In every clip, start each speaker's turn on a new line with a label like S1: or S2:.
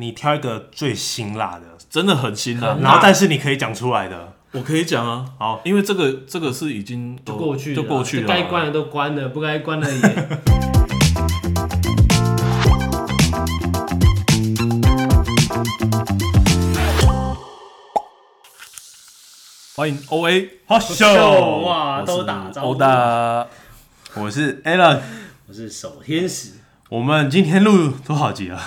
S1: 你挑一个最辛辣的，
S2: 真的很辛辣。
S1: 然后但是你可以讲出来的。
S2: 我可以讲啊，
S1: 好，
S2: 因为这个这个是已经
S3: 就过去了
S2: 就
S3: 啦
S2: 过去
S3: 就
S2: 了，
S3: 该关的都关了，不该关的也
S2: 欢迎 O A
S1: 好
S3: 秀哇，都打招呼。
S2: 的，
S1: 我是 Alan，
S3: 我是守天使，
S1: 我们今天录多少集啊了？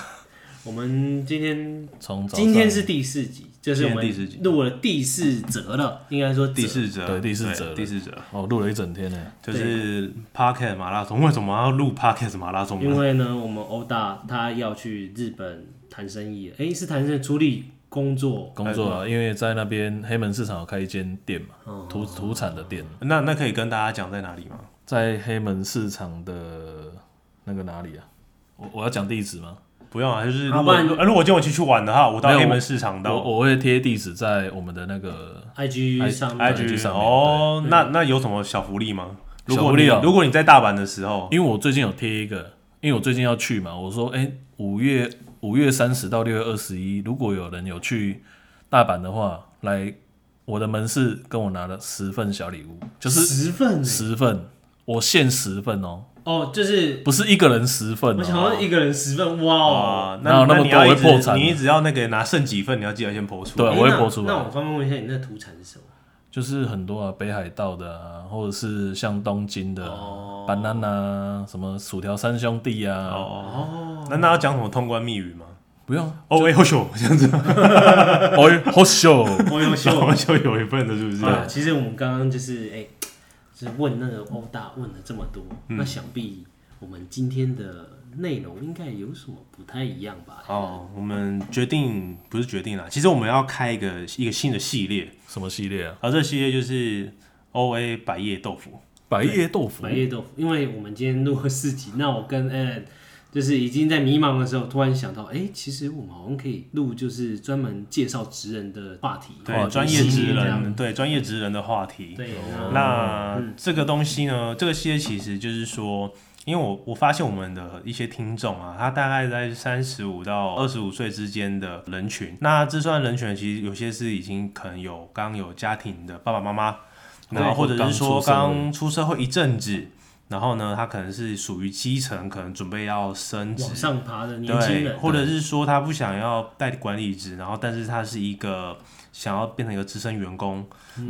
S3: 我们今天
S2: 从早上
S3: 今天是第四集，这是我
S1: 今天第四集
S3: 们录了第四折了，应该说折
S1: 第四折，
S2: 对第四折了
S1: 第四折
S2: 哦，录了一整天呢，
S1: 就是 Pocket 马拉松。为什么要录 Pocket 马拉松啊
S3: 因
S1: 呢？
S3: 为呢，我们欧大他要去日本谈生意了，哎、是谈生意处理工作，
S2: 工作
S3: 哎
S2: 啊，因为在那边黑门市场有开一间店
S3: 哦
S2: 嘛，土土产的店，
S1: 那那可以跟大家讲在哪里吗？
S2: 在黑门市场的那个哪里啊？我我要讲地址吗？
S1: 不用啊，就是
S3: 好
S1: 如果
S3: 不然
S1: 如如果今天我去去玩的话，我到
S2: 没有
S1: 黑门市场到
S2: 我我会贴地址在我们的那个
S3: IG 上面
S2: IG 上面
S1: 哦，那那有什么小福利吗？如
S2: 小
S1: 果
S2: 福
S1: 你
S2: 利哦
S1: 如果你在大阪的时候，
S2: 因为我最近有贴一个，因为我最近要去嘛，我说，哎、五月五月三十到六月二十一，如果有人有去大阪的话，来我的门市跟我拿了十份小礼物，就是
S3: 十份欸
S2: 十份，我限十份哦，
S3: 哦，就是
S2: 不是一个人十份、
S3: 我想
S2: 哦，
S3: 要一个人十份，哇、哦。
S1: 啊，
S2: 哪有那么
S1: 你
S2: 多
S1: 要
S2: 我
S1: 一
S2: 会破
S1: 直
S2: 产
S1: 你只要那个拿剩几份，你要记得先剖出
S2: 对
S1: 来。
S3: 诶
S2: 我会
S3: 那
S2: 播出来
S3: 那我方便问一下，你那土产是什么？
S2: 就是很多啊，北海道的啊，或者是像东京的、
S3: 哦
S2: banana 啊什么薯条三兄弟啊，
S1: 哦，
S3: 哦，
S1: 那那要讲什么通关密语吗？
S2: 不用，
S1: 哦，哎，好秀这样子，
S2: 哎，好秀，
S3: 我 有秀
S1: 然。后就有一份的，是不是？
S3: 啊，其实我们刚刚就是哎、就是问那个欧大问了这么多，
S1: 嗯
S3: 那想必我们今天的内容应该有什么不太一样吧？
S1: 哦，我们决定不是决定啦，其实我们要开一个一个新的系列，
S2: 什么系列啊？
S1: 然后这个系列就是 O A 百叶豆腐。
S2: 百叶豆
S1: 嗯
S2: 腐
S3: 白，叶豆腐，因为我们今天录了四集， 那我跟 Alan 就是已经在迷茫的时候，突然想到，哎、其实我们好像可以录就是专门介绍职人的话题，
S1: 对
S2: 话，题
S1: 专业
S3: 职
S1: 职人，，对专业职人的话题。
S3: 对，
S1: 哦
S2: 哦
S3: 那
S1: 那
S2: 嗯
S1: 这个东西呢，这个系列其实就是说，因为我我发现我们的一些听众啊，他大概在三十五到二十五岁之间的人群，那这算人群，其实有些是已经可能有刚有家庭的爸爸妈妈，然后或者是说
S2: 或刚出社会
S1: 刚出社会一阵子，然后呢，他可能是属于基层，可能准备要升职
S3: 往。上爬的年轻
S1: 对，
S3: 人，
S1: 或者是说他不想要带管理职，然后但是他是一个想要变成一个资深员工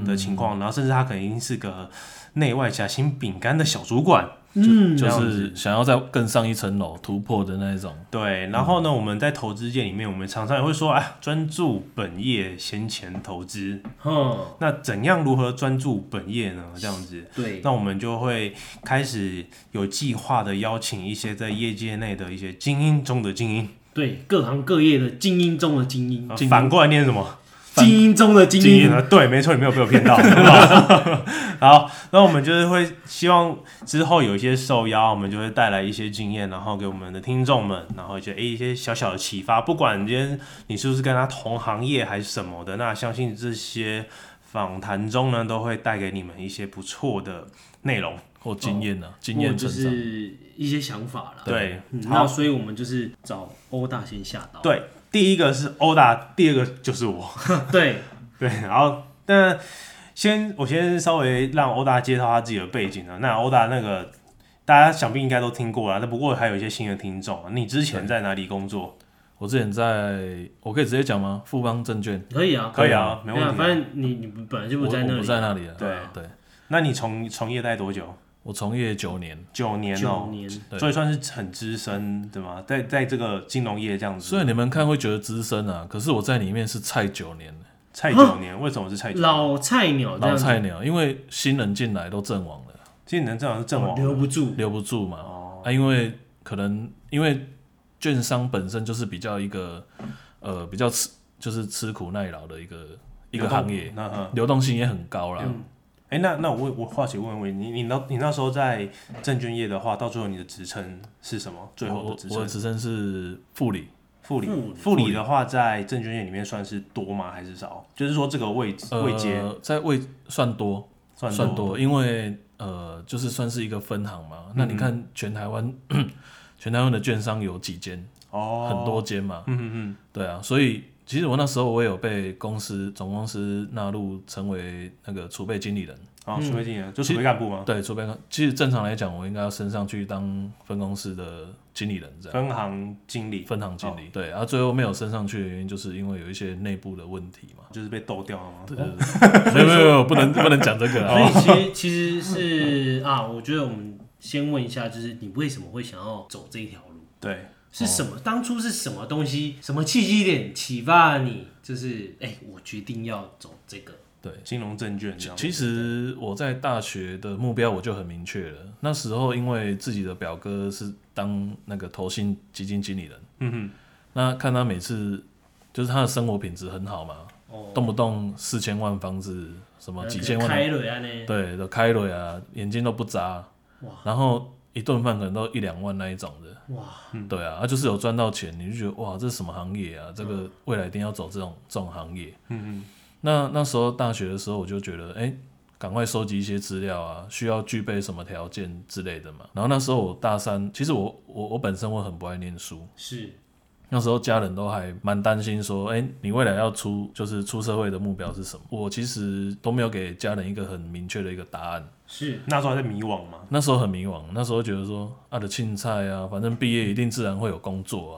S1: 的情
S3: 嗯
S1: 况，然后甚至他可能已经是个内外夹心饼干的小主管。
S3: 嗯，
S2: 就
S1: 这样
S2: 是想要再更上一层楼突破的那一种。
S1: 对，然后呢，我们在投资界里面，我们常常也会说，哎，专注本业，先前投资。
S3: 哼，
S1: 那怎样如何专注本业呢？这样子，
S3: 对，
S1: 那我们就会开始有计划的邀请一些在业界内的一些精英中的精英。
S3: 对，各行各业的精英中的精英，
S1: 啊
S2: 精英
S1: 反过来念什么？
S3: 精英中的精
S1: 精英
S3: 英，
S1: 呢？对，没错，你没有被我骗到。好不好 好，那我们就是会希望之后有一些受邀，我们就会带来一些经验，然后给我们的听众们，然后一些诶一些小小的启发。不管今天你是不是跟他同行业还是什么的，那相信这些访谈中呢，都会带给你们一些不错的内容。
S2: 或经验呢、啊，经
S3: 哦或
S2: 验
S3: 就
S2: 成长。
S3: 是一些想法啦。
S1: 对，
S3: 嗯那
S1: 好，
S3: 所以我们就是找欧大先下 刀。
S1: 对，第一个是欧大，第二个就是我。
S3: 对，
S1: 对，然后那先我先稍微让欧大介绍他自己的背景啊。那欧大那个大家想必应该都听过了，那不过还有一些新的听众啊。你之前在哪里工作？
S2: 我之前在，我可以直接讲吗？富邦证券，
S3: 可以啊，
S1: 可以啊，没
S3: 对啊
S1: 问题
S3: 反
S1: 啊。
S3: 正你你本来就
S2: 我
S3: 不在那
S2: 我
S3: 里，
S2: 不在那里啊。
S1: 对
S2: 对，
S1: 那你从从业待多久？
S2: 我从业九年，
S1: 九年
S3: 九
S1: 哦、
S3: 年，
S2: 对
S1: 所以算是很资深，对吗？在在这个金融业这样
S2: 虽
S1: 子，
S2: 然你们看会觉得资深啊，可是我在里面是菜九年，
S1: 菜九年，为什么是菜九年？
S3: 老菜鸟哦这
S2: 啊老
S3: 样子
S2: 菜鸟，因为新人进来都阵亡了，
S1: 其实你能正好是阵
S2: 哦
S1: 亡
S3: 留不住，
S2: 留不住嘛。啊，因为可能因为券商本身就是比较一个呃比较吃就是吃苦耐劳的一个一个行业，。
S1: 那嗯，
S2: 流动性也很高啦。
S1: 哎、那那我我话题问问你，你那你那时候在证券业的话，到最后你的职称是什么？最后
S2: 我
S1: 的职
S2: 哦我
S1: 称
S2: 我的？职称是副理，
S1: 副理
S3: 副理，
S1: 副理的话，在证券业里面算是多吗？还是少？就是说这个位置
S2: 呃
S1: 位阶
S2: 在位算多
S1: 算
S2: 算
S1: 多，
S2: 多，因为呃
S1: 嗯
S2: 就是算是一个分行嘛。那你看全台湾全台湾的券商有几间？
S1: 哦，
S2: 很多间嘛，
S1: 嗯，嗯嗯
S2: 对啊，所以其实我那时候我也有被公司总公司纳入成为那个储备经理人，
S1: 嗯，哦，
S3: 嗯
S1: 储备经理人就储备干部吗？
S2: 对，储备公其实正常来讲，我应该要升上去当分公司的经理人这样。
S1: 分行经理哦
S2: 分行经理、对，然后最后没有升上去的原因，就是因为有一些内部的问题 嘛。
S1: 就是被斗掉了吗？
S2: 对对对，没有没有没有，不能不能讲这 个
S1: 哦
S2: 啊。
S3: 所以其实其实是啊，我觉得我们先问一下，就是你为什么会想要走这一条路？
S1: 对，
S3: 是什
S2: 哦
S3: 么？当初是什么东西？什么契机点启发了你？就是哎、我决定要走这个。
S2: 对，
S1: 金融证券这样。
S2: 其实我在大学的目标我就很明确了。那时候因为自己的表哥是当那个投信基金经理人，
S1: 嗯哼，
S2: 那看他每次就是他的生活品质很好嘛，
S3: 哦，
S2: 动不动四千万房子，什
S1: 呃
S2: 么几千万
S3: 呃开了啊呢？
S2: 对，都开了呀，眼睛都不眨
S3: 哇，
S2: 然后一顿饭可能都一两万那一种的，
S3: 哇，
S2: 对啊，他就是有赚到钱，你就觉得哇，这是什么行业啊？这个未来一定要走这种这种行业。
S1: 嗯
S2: 那那时候大学的时候，我就觉得，哎、赶快收集一些资料啊，需要具备什么条件之类的嘛。然后那时候我大三，其实我我我本身我很不爱念书，
S3: 是
S2: 那时候家人都还蛮担心，说：“哎、你未来要出就是出社会的目标是什么？”我其实都没有给家人一个很明确的一个答案。
S3: 是
S1: 哼，那时候还在迷惘嘛。
S2: 那时候很迷惘，那时候觉得说：“啊的青菜啊，反正毕业一定自然会有工作啊。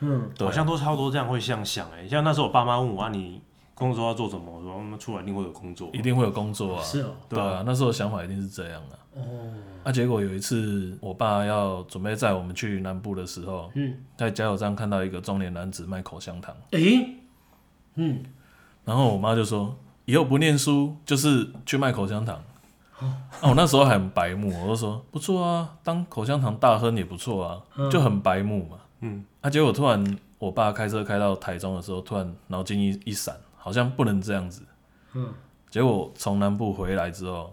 S3: 嗯，
S2: 对
S1: 好像都差不多这样会这样想哎、像那时候我爸妈问我啊，你工作要做什么？我说嗯出来一定会有工作，
S2: 一定会有工作啊。
S3: 是哦，
S2: 对啊，那时候想法一定是这样啊。啊，结果有一次，我爸要准备载我们去南部的时候，
S3: 嗯，
S2: 在加油站看到一个中年男子卖口香糖，
S3: 哎、嗯，
S2: 然后我妈就说：“以后不念书就是去卖口香糖。”
S3: 哦
S2: 啊，我那时候还很白目，我就说不错啊，当口香糖大亨也不错啊，
S3: 嗯
S2: 就很白目嘛。
S1: 嗯，
S2: 啊，结果突然我爸开车开到台中的时候，突然脑筋一一闪，好像不能这样子。
S3: 嗯，
S2: 结果从南部回来之后，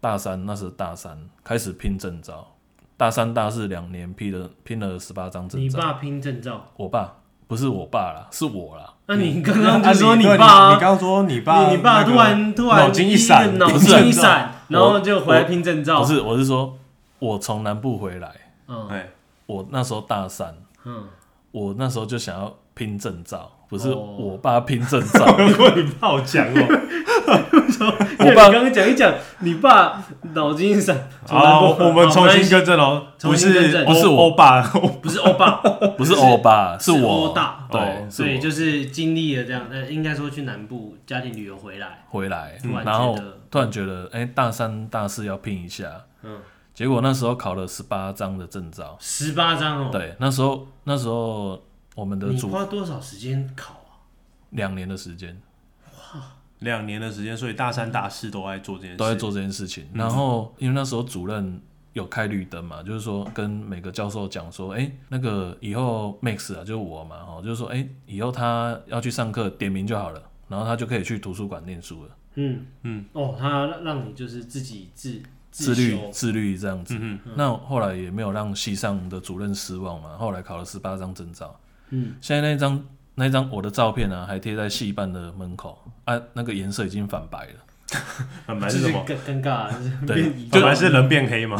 S2: 大三那时大三开始拼证照，大三大四两年拼了拼了十八张证
S3: 你
S2: 照。
S3: 爸拼证照，
S2: 我爸不是我爸啦，是我啦，
S3: 那你刚 刚就说
S1: 啊
S3: 你
S1: 对
S3: 爸、
S1: 你刚刚说你爸，
S3: 你你爸
S1: 那个
S3: 突然突然
S1: 脑筋一闪，
S3: 脑
S2: 不是
S3: 筋一闪，然后就回来拼证照。
S2: 不，是，我是说我从南部回来，
S3: 嗯
S1: 哎，
S2: 我那时候大三，
S3: 嗯，
S2: 我那时候就想要拼证照，不是
S3: 哦
S2: 我爸拼证照，
S1: 如果你爸好强哦，
S3: 因为你
S2: 爸
S3: 刚刚讲一讲，你爸脑筋一闪。从南
S1: 好，
S3: 部
S1: 我我们
S3: 好
S1: 重
S3: 没
S1: 新
S3: 关系
S1: 更正哦，不
S3: 重新更
S1: 是
S3: 正
S1: 欧
S2: 不是我
S1: 欧巴，
S3: 不是欧巴，
S2: 不是欧巴，
S3: 是
S2: 我
S3: 欧大
S2: 对，
S1: 哦
S2: 是
S3: 所以
S2: 我
S3: 就是经历了这样，呃，应该说去南部家庭旅游回来，
S2: 回来，
S3: 突然
S2: 然后
S3: 觉得
S2: 突然觉得，哎、大三大四要拼一下，
S3: 嗯，
S2: 结果那时候考了十八张的证照，
S3: 十八张哦，，
S2: 对，那时候那时候我们的
S3: 你
S2: 主
S3: 花多少时间考啊？
S2: 两年的时间
S1: 两年的时间，所以大三大四都在做这件事，
S2: 嗯都在做这件事情，
S3: 嗯
S2: 然后因为那时候主任。有开绿灯嘛？就是说跟每个教授讲说，哎、那个以后 Max 啊，就是我嘛，哦，就是说，哎、以后他要去上课点名就好了，然后他就可以去图书馆念书了。
S3: 嗯
S1: 嗯，
S3: 哦，他让让你就是自己自
S2: 自律
S3: 修，嗯
S2: 自律这样子。那后来也没有让系上的主任失望嘛，后来考了十八张证照，
S3: 嗯，
S2: 现在那张那张我的照片呢、啊，还贴在系办的门口啊，那个颜色已经反白了，
S1: 反
S3: 就
S1: 白是什么？
S3: 尴尴尬，啊就是
S2: 对
S3: 变
S1: 反白是人变黑嘛？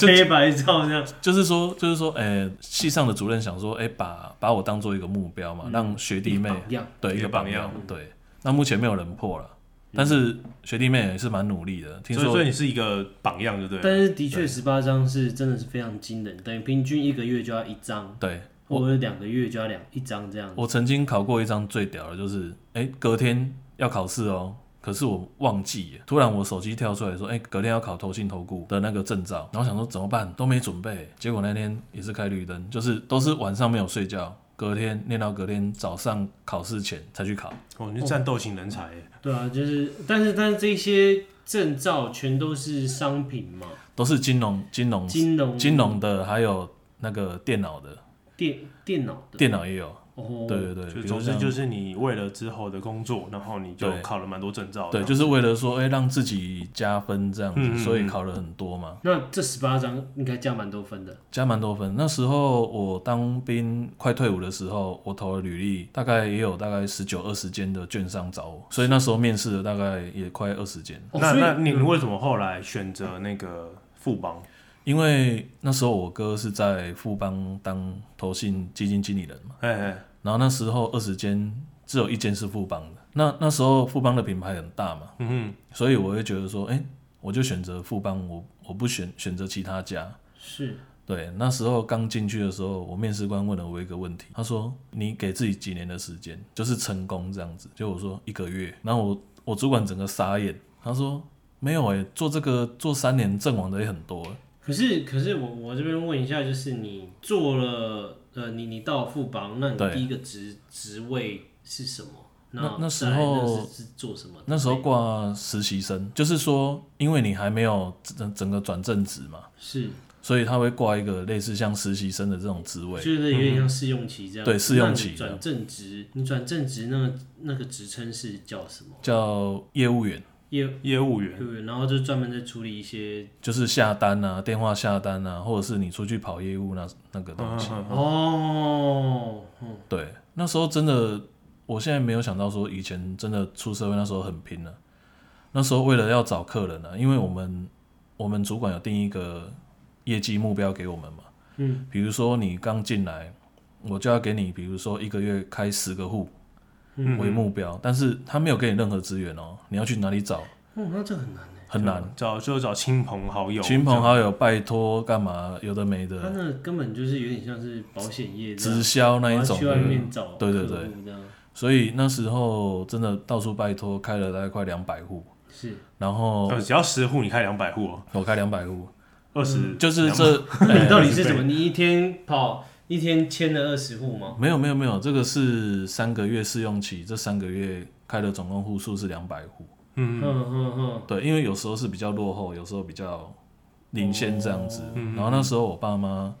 S3: 黑白照这样，
S2: 就是说就是说，哎、系上的主任想说，哎、把把我当做一个目标嘛，让学弟妹
S3: 一样，
S2: 对
S1: 嗯一
S2: 一
S1: 个
S2: 个
S1: 榜
S2: 榜
S1: 样嗯
S2: 样，对。那目前没有人破了，但是学弟妹也是蛮努力的， 听
S1: 所以
S2: 说
S1: 所以你是一个榜样，对不对？
S3: 但是的确十八张是真的是非常惊人，等于平均一个月就要一张，
S2: 对。
S3: 或者两个月就要两一张这样，
S2: 我曾经考过一张最屌的，就是哎、诶隔天要考试哦，可是我忘记了，突然我手机跳出来说，哎、隔天要考投信投顾的那个证照，然后想说怎么办，都没准备，结果那天也是开绿灯，就是都是晚上没有睡觉，隔天练到隔天早上考试前才去考，
S1: 哦，你是战斗型人才
S2: 哦
S1: 耶，
S3: 对啊，就是，但是但是这些证照全都是商品嘛，
S2: 都是金融金融
S3: 金融
S2: 嗯金融的，还有那个电脑的，
S3: 电电脑的，
S2: 电脑也有，
S3: 哦，
S2: 对对对，
S1: 就
S2: 比如
S1: 总之
S2: 像
S1: 就是你为了之后的工作，然后你就
S2: 对
S1: 考了蛮多证照，
S2: 对，，就是为了说，哎、让自己加分这样
S1: 嗯嗯嗯
S2: 子，所以考了很多嘛。
S3: 那这十八张应该加蛮多分的，
S2: 加蛮多分。那时候我当兵快退伍的时候，我投了履历，大概也有大概十九二十间的券商找我，所以那时候面试了大概也快二十间。
S3: 哦
S1: 那
S3: 所以
S1: 那你为什么后来选择那个富邦？
S2: 因为那时候我哥是在富邦当投信基金经理人嘛，
S1: 哎哎，
S2: 然后那时候二十间只有一间是富邦的，那那时候富邦的品牌很大嘛，
S1: 嗯哼，
S2: 所以我会觉得说，哎、我就选择富邦，我我不选选择其他家。
S3: 是
S2: 对，那时候刚进去的时候，我面试官问了我一个问题，他说：“你给自己几年的时间，就是成功这样子？”就我说一个月，然后我我主管整个傻眼，他说：“没有诶、做这个做三年阵亡的也很多、
S3: 可是，可是我我这边问一下，就是你做了呃，你你到富邦，那你
S2: 对
S3: 第一个职职位是什么？
S2: 那
S3: 那
S2: 那时
S3: 再来
S2: 候
S3: 是是做什么的？
S2: 那时候挂实习生，就是说，因为你还没有整整个转正职嘛，
S3: 是
S2: 所以他会挂一个类似像实习生的这种职位。
S3: 就是有点像试用期这样。
S2: 对试用期
S3: 那你转正职，你转正职那个那个职称是叫什么？
S2: 叫业务员，
S3: 业
S1: 业务员，
S3: 对，然后就专门在处理一些
S2: 就是下单啊，电话下单啊，或者是你出去跑业务那那个东西。
S1: 嗯嗯
S3: 哦，
S2: 对，那时候真的，我现在没有想到说以前真的出社会那时候很拼了、那时候为了要找客人呢、啊，因为我们我们主管有定一个业绩目标给我们嘛，嗯，比如说你刚进来，我就要给你，比如说一个月开十个户
S1: 嗯
S2: 为目标，但是他没有给你任何资源哦，你要去哪里找
S3: 哦，那这很难哎，
S2: 很难，
S1: 找就找亲朋好友，
S2: 亲朋好友拜托干嘛，有的没
S3: 他
S2: 的，
S3: 那根本就是有点像是保险业这
S2: 直
S3: 样，
S2: 销那
S3: 我
S2: 一
S3: 要
S2: 种
S3: 去外
S2: 的，
S3: 面找
S2: 对对
S3: 客
S2: 对
S3: 户这样
S2: 所以那时候真的到处拜托，开了大概快两百户。
S3: 是
S2: 然后
S1: 呃，只要十户，你开两百户哦，
S2: 我开两百户，
S1: 二十
S2: 就是这
S3: 那你到底是
S1: 对
S3: 怎么？你一天跑一天签了二十户吗？
S2: 没有没有没有，这个是三个月试用期，这三个月开的总共户数是两百户。
S3: 嗯
S1: 嗯
S3: 嗯嗯，
S2: 对，因为有时候是比较落后，有时候比较领先这样子。
S3: 哦
S1: 嗯
S2: 然后那时候我爸妈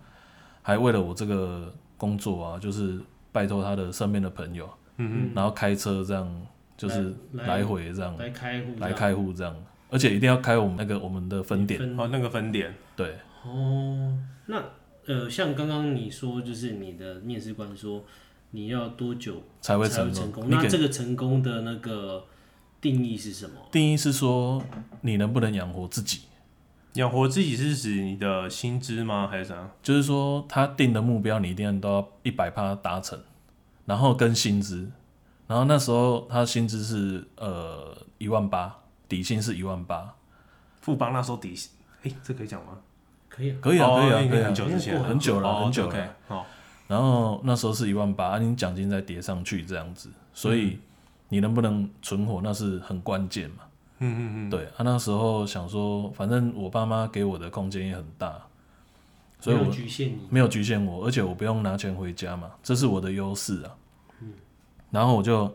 S2: 还为了我这个工作啊，就是拜托他的身边的朋友，
S1: 嗯
S2: 然后开车这样，就是
S3: 来
S2: 来回这样
S3: 来开户这
S2: 来
S3: 样，
S2: 开户这样，而且一定要开我们那个我们的分店。
S1: 嗯，哦，那个分点，
S2: 对，
S3: 哦，那呃，像刚刚你说，就是你的面试官说你要多久
S2: 才会
S3: 才会
S2: 成
S3: 成
S2: 功
S3: 功？。
S2: 你
S3: 那
S2: 给
S3: 这个成功的那个定义是什么？
S2: 定义是说你能不能养活自己。
S1: 养活自己是指你的薪资吗？还是怎样？
S2: 就是说他定的目标你一定都要一百趴达成，然后跟薪资，然后那时候他薪资是呃一万八，底薪是一万八，
S1: 富邦那时候底，哎，这可以讲吗？
S3: 可以啊，
S2: 可以啊，
S1: 哦
S2: 可以啊，
S1: 应该
S2: 可以啊
S1: 很，久之前，
S2: 很久了，
S1: 哦
S2: 很久
S1: ，OK，
S2: 了。
S1: 好，
S2: 然后那时候是一万八，啊，你奖金再叠上去这样子，所以
S1: 嗯
S2: 你能不能存活那是很关键嘛。
S1: 嗯嗯嗯，
S2: 对，啊，那时候想说，反正我爸妈给我的空间也很大，所以
S3: 没有
S2: 我
S3: 局限你。
S2: 没有局限我，而且我不用拿钱回家嘛，这是我的优势啊。然后我就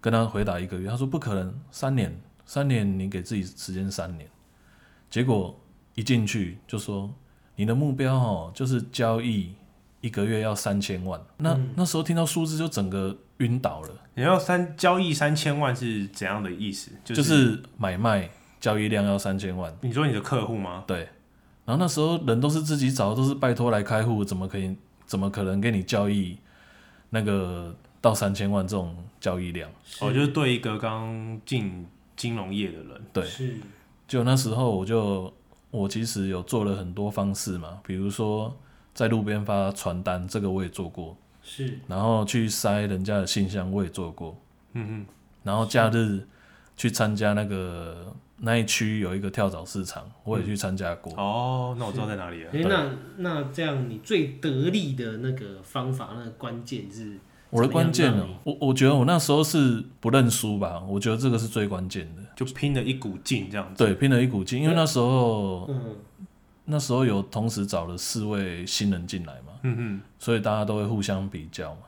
S2: 跟他回答一个月，他说不可能，三年，三年你给自己时间三年。结果一进去就说你的目标哦，就是交易一个月要三千万。那、那时候听到数字就整个晕倒了，
S1: 你要三交易三千万是怎样的意思？
S2: 就是、
S1: 是
S2: 买卖交易量要三千万。
S1: 你说你的客户吗？
S2: 对，然后那时候人都是自己找，都是拜托来开户，怎么可以？怎么可能给你交易那个到三千万这种交易量？
S1: 哦，就是对一个刚进金融业的人，
S2: 对
S3: 是
S2: 就那时候我就我其实有做了很多方式嘛，比如说在路边发传单，这个我也做过，
S3: 是
S2: 然后去塞人家的信箱，我也做过，
S1: 嗯
S2: 然后假日去参加那个那一区有一个跳蚤市场，我也去参加过。
S1: 嗯，哦，那我知道在哪里了。
S3: 哎、那那这样你最得力的那个方法，那个关键是
S2: 我的关键哦
S3: 怎么
S2: 呢
S3: 样让你，
S2: 我我觉得我那时候是不认输吧，我觉得这个是最关键的。
S1: 就拼了一股劲这样子。
S2: 对，拼了一股劲，因为那时候
S3: 嗯，
S2: 那时候有同时找了四位新人进来嘛，
S1: 嗯嗯，
S2: 所以大家都会互相比较嘛，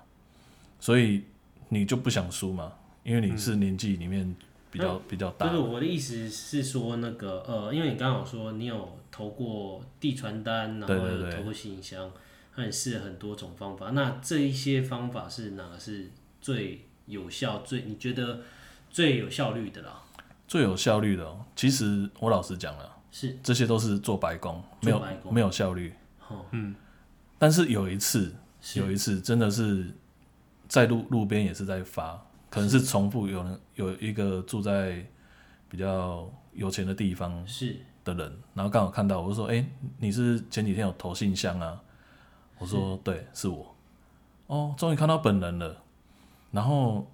S2: 所以你就不想输嘛，因为你是年纪里面比较比较
S3: 嗯就
S2: 大
S3: 是，我的意思是说，那个呃，因为你刚好说你有投过递传单，然后
S2: 对对
S3: 有
S2: 对
S3: 投过信箱，那你试了很多种方法。那这一些方法是哪个是最有效、最你觉得最有效率的啦？
S2: 最有效率的、哦。其实我老实讲了，
S3: 是
S2: 这些都是做白工，没
S3: 做
S2: 有
S3: 白工
S2: 没有效率。
S3: 哦，
S2: 但是有一次，
S3: 是
S2: 有一次真的是在路路边也是在发，可能是重复有人有一个住在比较有钱的地方，
S3: 是
S2: 的人，然后刚好看到我就说：“哎、你是前几天有投信箱啊？”我说：“对，是我。”哦，终于看到本人了。然后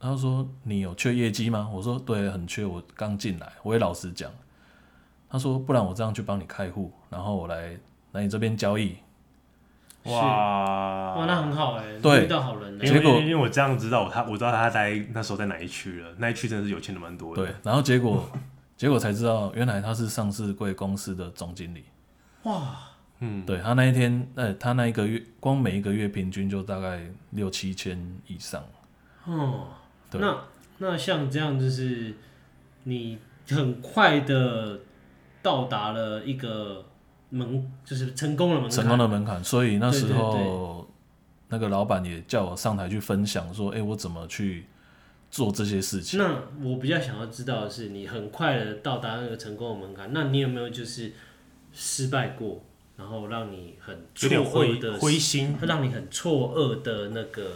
S2: 他就说：“你有缺业绩吗？”我说：“对，很缺，我刚进来。”我也老实讲，他说：“不然我这样去帮你开户，然后我来来你这边交易。
S3: 是
S1: 哇
S3: 哇，那很好哎，
S2: 啊对
S3: 遇到好人了。
S1: 因
S2: 结
S1: 为
S2: 果
S1: 因为我这样知道我他我知道他在那时候在哪一区了，那一区真的是有钱的蛮”多的。
S2: 对，然后结果结果才知道，原来他是上市贵公司的总经理。
S3: 哇，
S1: 嗯，
S2: 对他那一天，呃，他那一个月光每一个月平均就大概六七千以上。
S3: 哦，
S2: 对
S3: 那那像这样就是你很快的到达了一个门，就是成功了门槛
S2: 成功的门槛，所以那时候
S3: 对对
S2: 那个老板也叫我上台去分享，说：“哎、我怎么去做这些事情
S3: 那我比较想要知道的是，你很快的到达那个成功的门槛，那你有没有就是失败过，然后让你很
S1: 有
S3: 错
S1: 点
S3: 愕
S1: 灰
S3: 的，
S1: 灰心。
S3: 让你很错愕的那个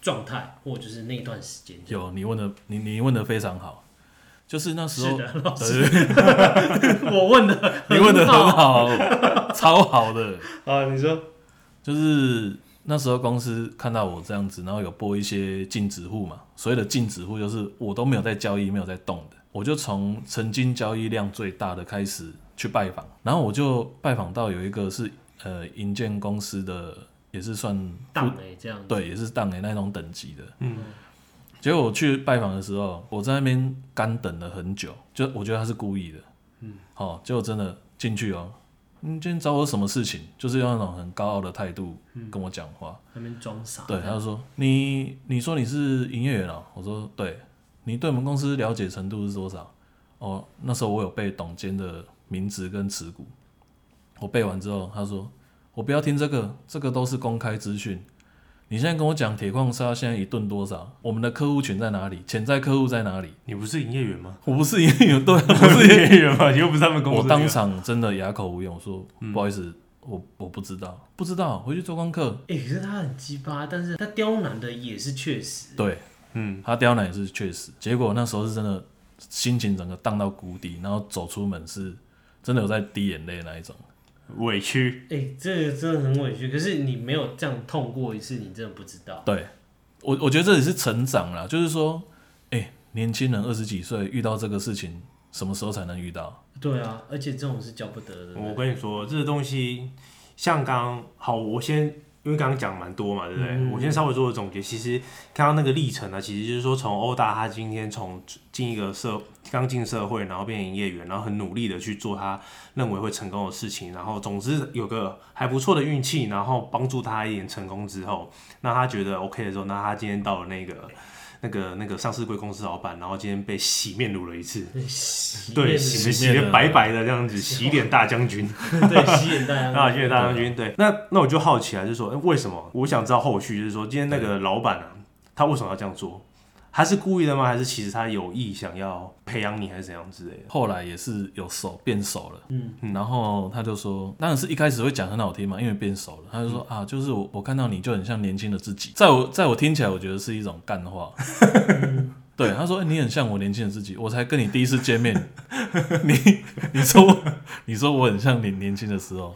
S3: 状态，或者就是那段 时间？”？
S2: 有，你问的，你你问的非常好，就是那时
S3: 是
S2: 候
S3: 的，老师，
S2: 对对
S3: 我问的，
S2: 对你问的很好，超好的，
S3: 啊，你说，
S2: 就是那时候公司看到我这样子，然后有拨一些禁止户嘛，所谓的禁止户就是我都没有在交易，没有在动的，我就从曾经交易量最大的开始去拜访，然后我就拜访到有一个是呃银建公司的，也是算
S3: 当哎、这样，
S2: 对，也是当年那种等级的。
S1: 嗯，
S2: 结果我去拜访的时候，我在那边干等了很久，就我觉得他是故意的。嗯，好、结果真的进去哦，你今天找我什么事情？就是用那种很高傲的态度跟我讲话。
S3: 那边装傻，
S2: 对，他就说你你说你是营业员哦，我说对，你对我们公司了解程度是多少？哦，那时候我有背董监的名字跟持股，我背完之后，他说我不要听这个，这个都是公开资讯。你现在跟我讲铁矿砂现在一吨多少？我们的客户群在哪里？潜在客户在哪里？
S1: 你不是营业 员吗？
S2: 我不是营业 员，对，我
S1: 不
S2: 不是
S1: 是
S2: 营业
S1: 营业员吗？你又不是他们公司
S2: 我
S1: 的
S2: 当
S1: 员
S2: 场真的哑口无言，我说、不好意思，我我不知道，不知道，回去做功课。
S3: 哎、可是他很鸡巴，但是他刁难的也是确实，
S2: 对，
S1: 嗯，
S2: 他刁难也是确实，结果那时候是真的心情整个荡到谷底，然后走出门是真的有在滴眼泪那一种。
S1: 委屈。
S3: 哎、这个真的很委屈。可是你没有这样痛过一次，你真的不知道。
S2: 对我，我觉得这也是成长啦，就是说，哎、年轻人二十几岁遇到这个事情，什么时候才能遇到？
S3: 对啊，而且这种是教不得的。
S1: 我跟你说，这个东西像刚好，我先因为刚刚讲蛮多嘛，对不对？
S3: 嗯
S1: 我先稍微做个总结。其实刚刚那个历程呢，其实就是说从欧大他今天从进一个社刚进社会，然后变营业员，然后很努力的去做他认为会成功的事情，然后总之有个还不错的运气，然后帮助他一点成功之后，那他觉得 OK 的时候，那他今天到了那个。那个那个上市贵公司老板，然后今天被洗面乳了一次，
S3: 对洗
S1: 对，
S3: 面
S1: 洗
S2: 面
S1: 洗
S2: 了
S1: 的白白的这样子，洗脸大将军。
S3: 对吸引大 家
S1: 啊，谢谢大将军。对，那那我就好奇啊，就是说，诶为什么？我想知道后续，就是说，今天那个老板啊，他为什么要这样做？他是故意的吗？还是其实他有意想要培养你，还是怎样之类的？
S2: 后来也是有熟变熟了，
S3: 嗯
S2: 嗯，然后他就说，当然是一开始会讲很好听嘛，因为变熟了，他就说、啊，就是我我看到你就很像年轻的自己，在我在我听起来，我觉得是一种干话。对，他说、欸你很像我年轻的自己，我才跟你第一次见面， 你你说我你说我很像你年轻的时候，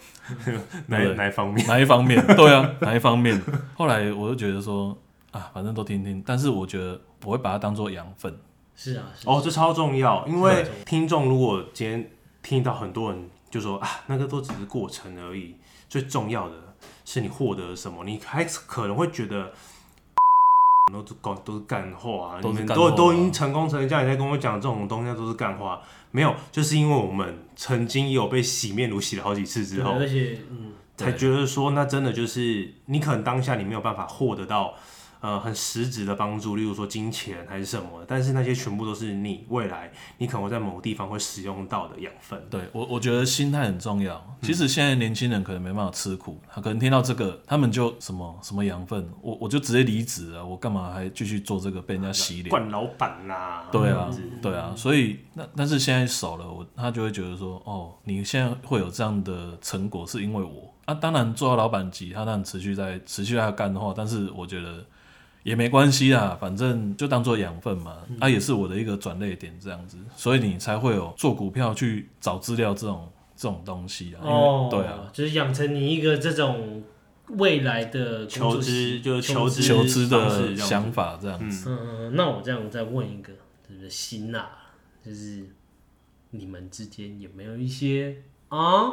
S1: 哪
S2: 对
S1: 哪一方面？
S2: 哪一方面？ 对啊，哪一方面？后来我就觉得说啊，反正都听听，但是我觉得我会把它当做养分。
S3: 是啊，是啊
S1: 哦，这超重要，因为
S3: 对
S1: 听众如果今天听到很多人就说啊，那个都只是过程而已，最重要的是你获得了什么，你还可能会觉得。 都是干都是干话、啊，
S2: 都
S1: 你
S2: 是
S1: 们
S2: 干
S1: 都
S2: 话
S1: 都已经成功成家，你在跟我讲这种东西都是干话，没有，就是因为我们曾经有被洗面乳洗了好几次之
S3: 对
S1: 后，
S3: 而且嗯，
S1: 才觉得说，那真的就是你可能当下你没有办法获得到呃很实质的帮助，例如说金钱还是什么的，但是那些全部都是你未来你可能会在某地方会使用到的养分。
S2: 对我，我觉得心态很重要。其实现在年轻人可能没办法吃苦，他可能听到这个，他们就什么什么养分，我我就直接离职啊，我干嘛还继续做这个被人家洗脸？
S1: 惯老板啦、
S2: 对啊，对啊，所以那但是现在熟了，我他就会觉得说，哦，你现在会有这样的成果，是因为我啊。当然做到老板级，他当然持续在持续在干的话，但是我觉得也没关系啊，反正就当做养分嘛。
S1: 嗯
S2: 啊，也是我的一个转类点这样子，所以你才会有做股票去找资料这种这种东西啊。因为
S3: 哦，
S2: 对啊，，
S3: 就是养成你一个这种未来的工作
S1: 求知
S3: 习
S1: 就是求
S3: 求
S1: 知
S2: 求知
S1: 方式
S2: 的
S1: 这样
S2: 想法这样子。
S3: 嗯、那我这样再问一个，就是辛辣，就是你们之间有没有一些啊，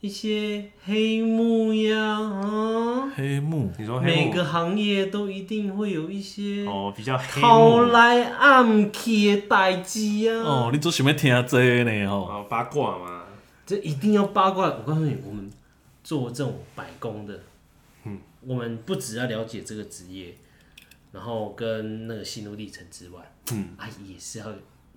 S3: 一些黑幕呀？啊，
S2: 黑幕
S1: 你说黑
S3: 每
S1: 幕
S3: 个行业都一定会有一些
S1: 哦，比较黑
S3: 偷
S1: 幕
S3: 来暗去的代志啊。
S2: 哦，你做什么听这个呢？哦，
S1: 哦，八卦嘛，
S3: 这一定要八卦。我告诉你，我们做这种百工的，嗯，我们不只要了解这个职业，然后跟那个心路历程之外，嗯，啊，也是要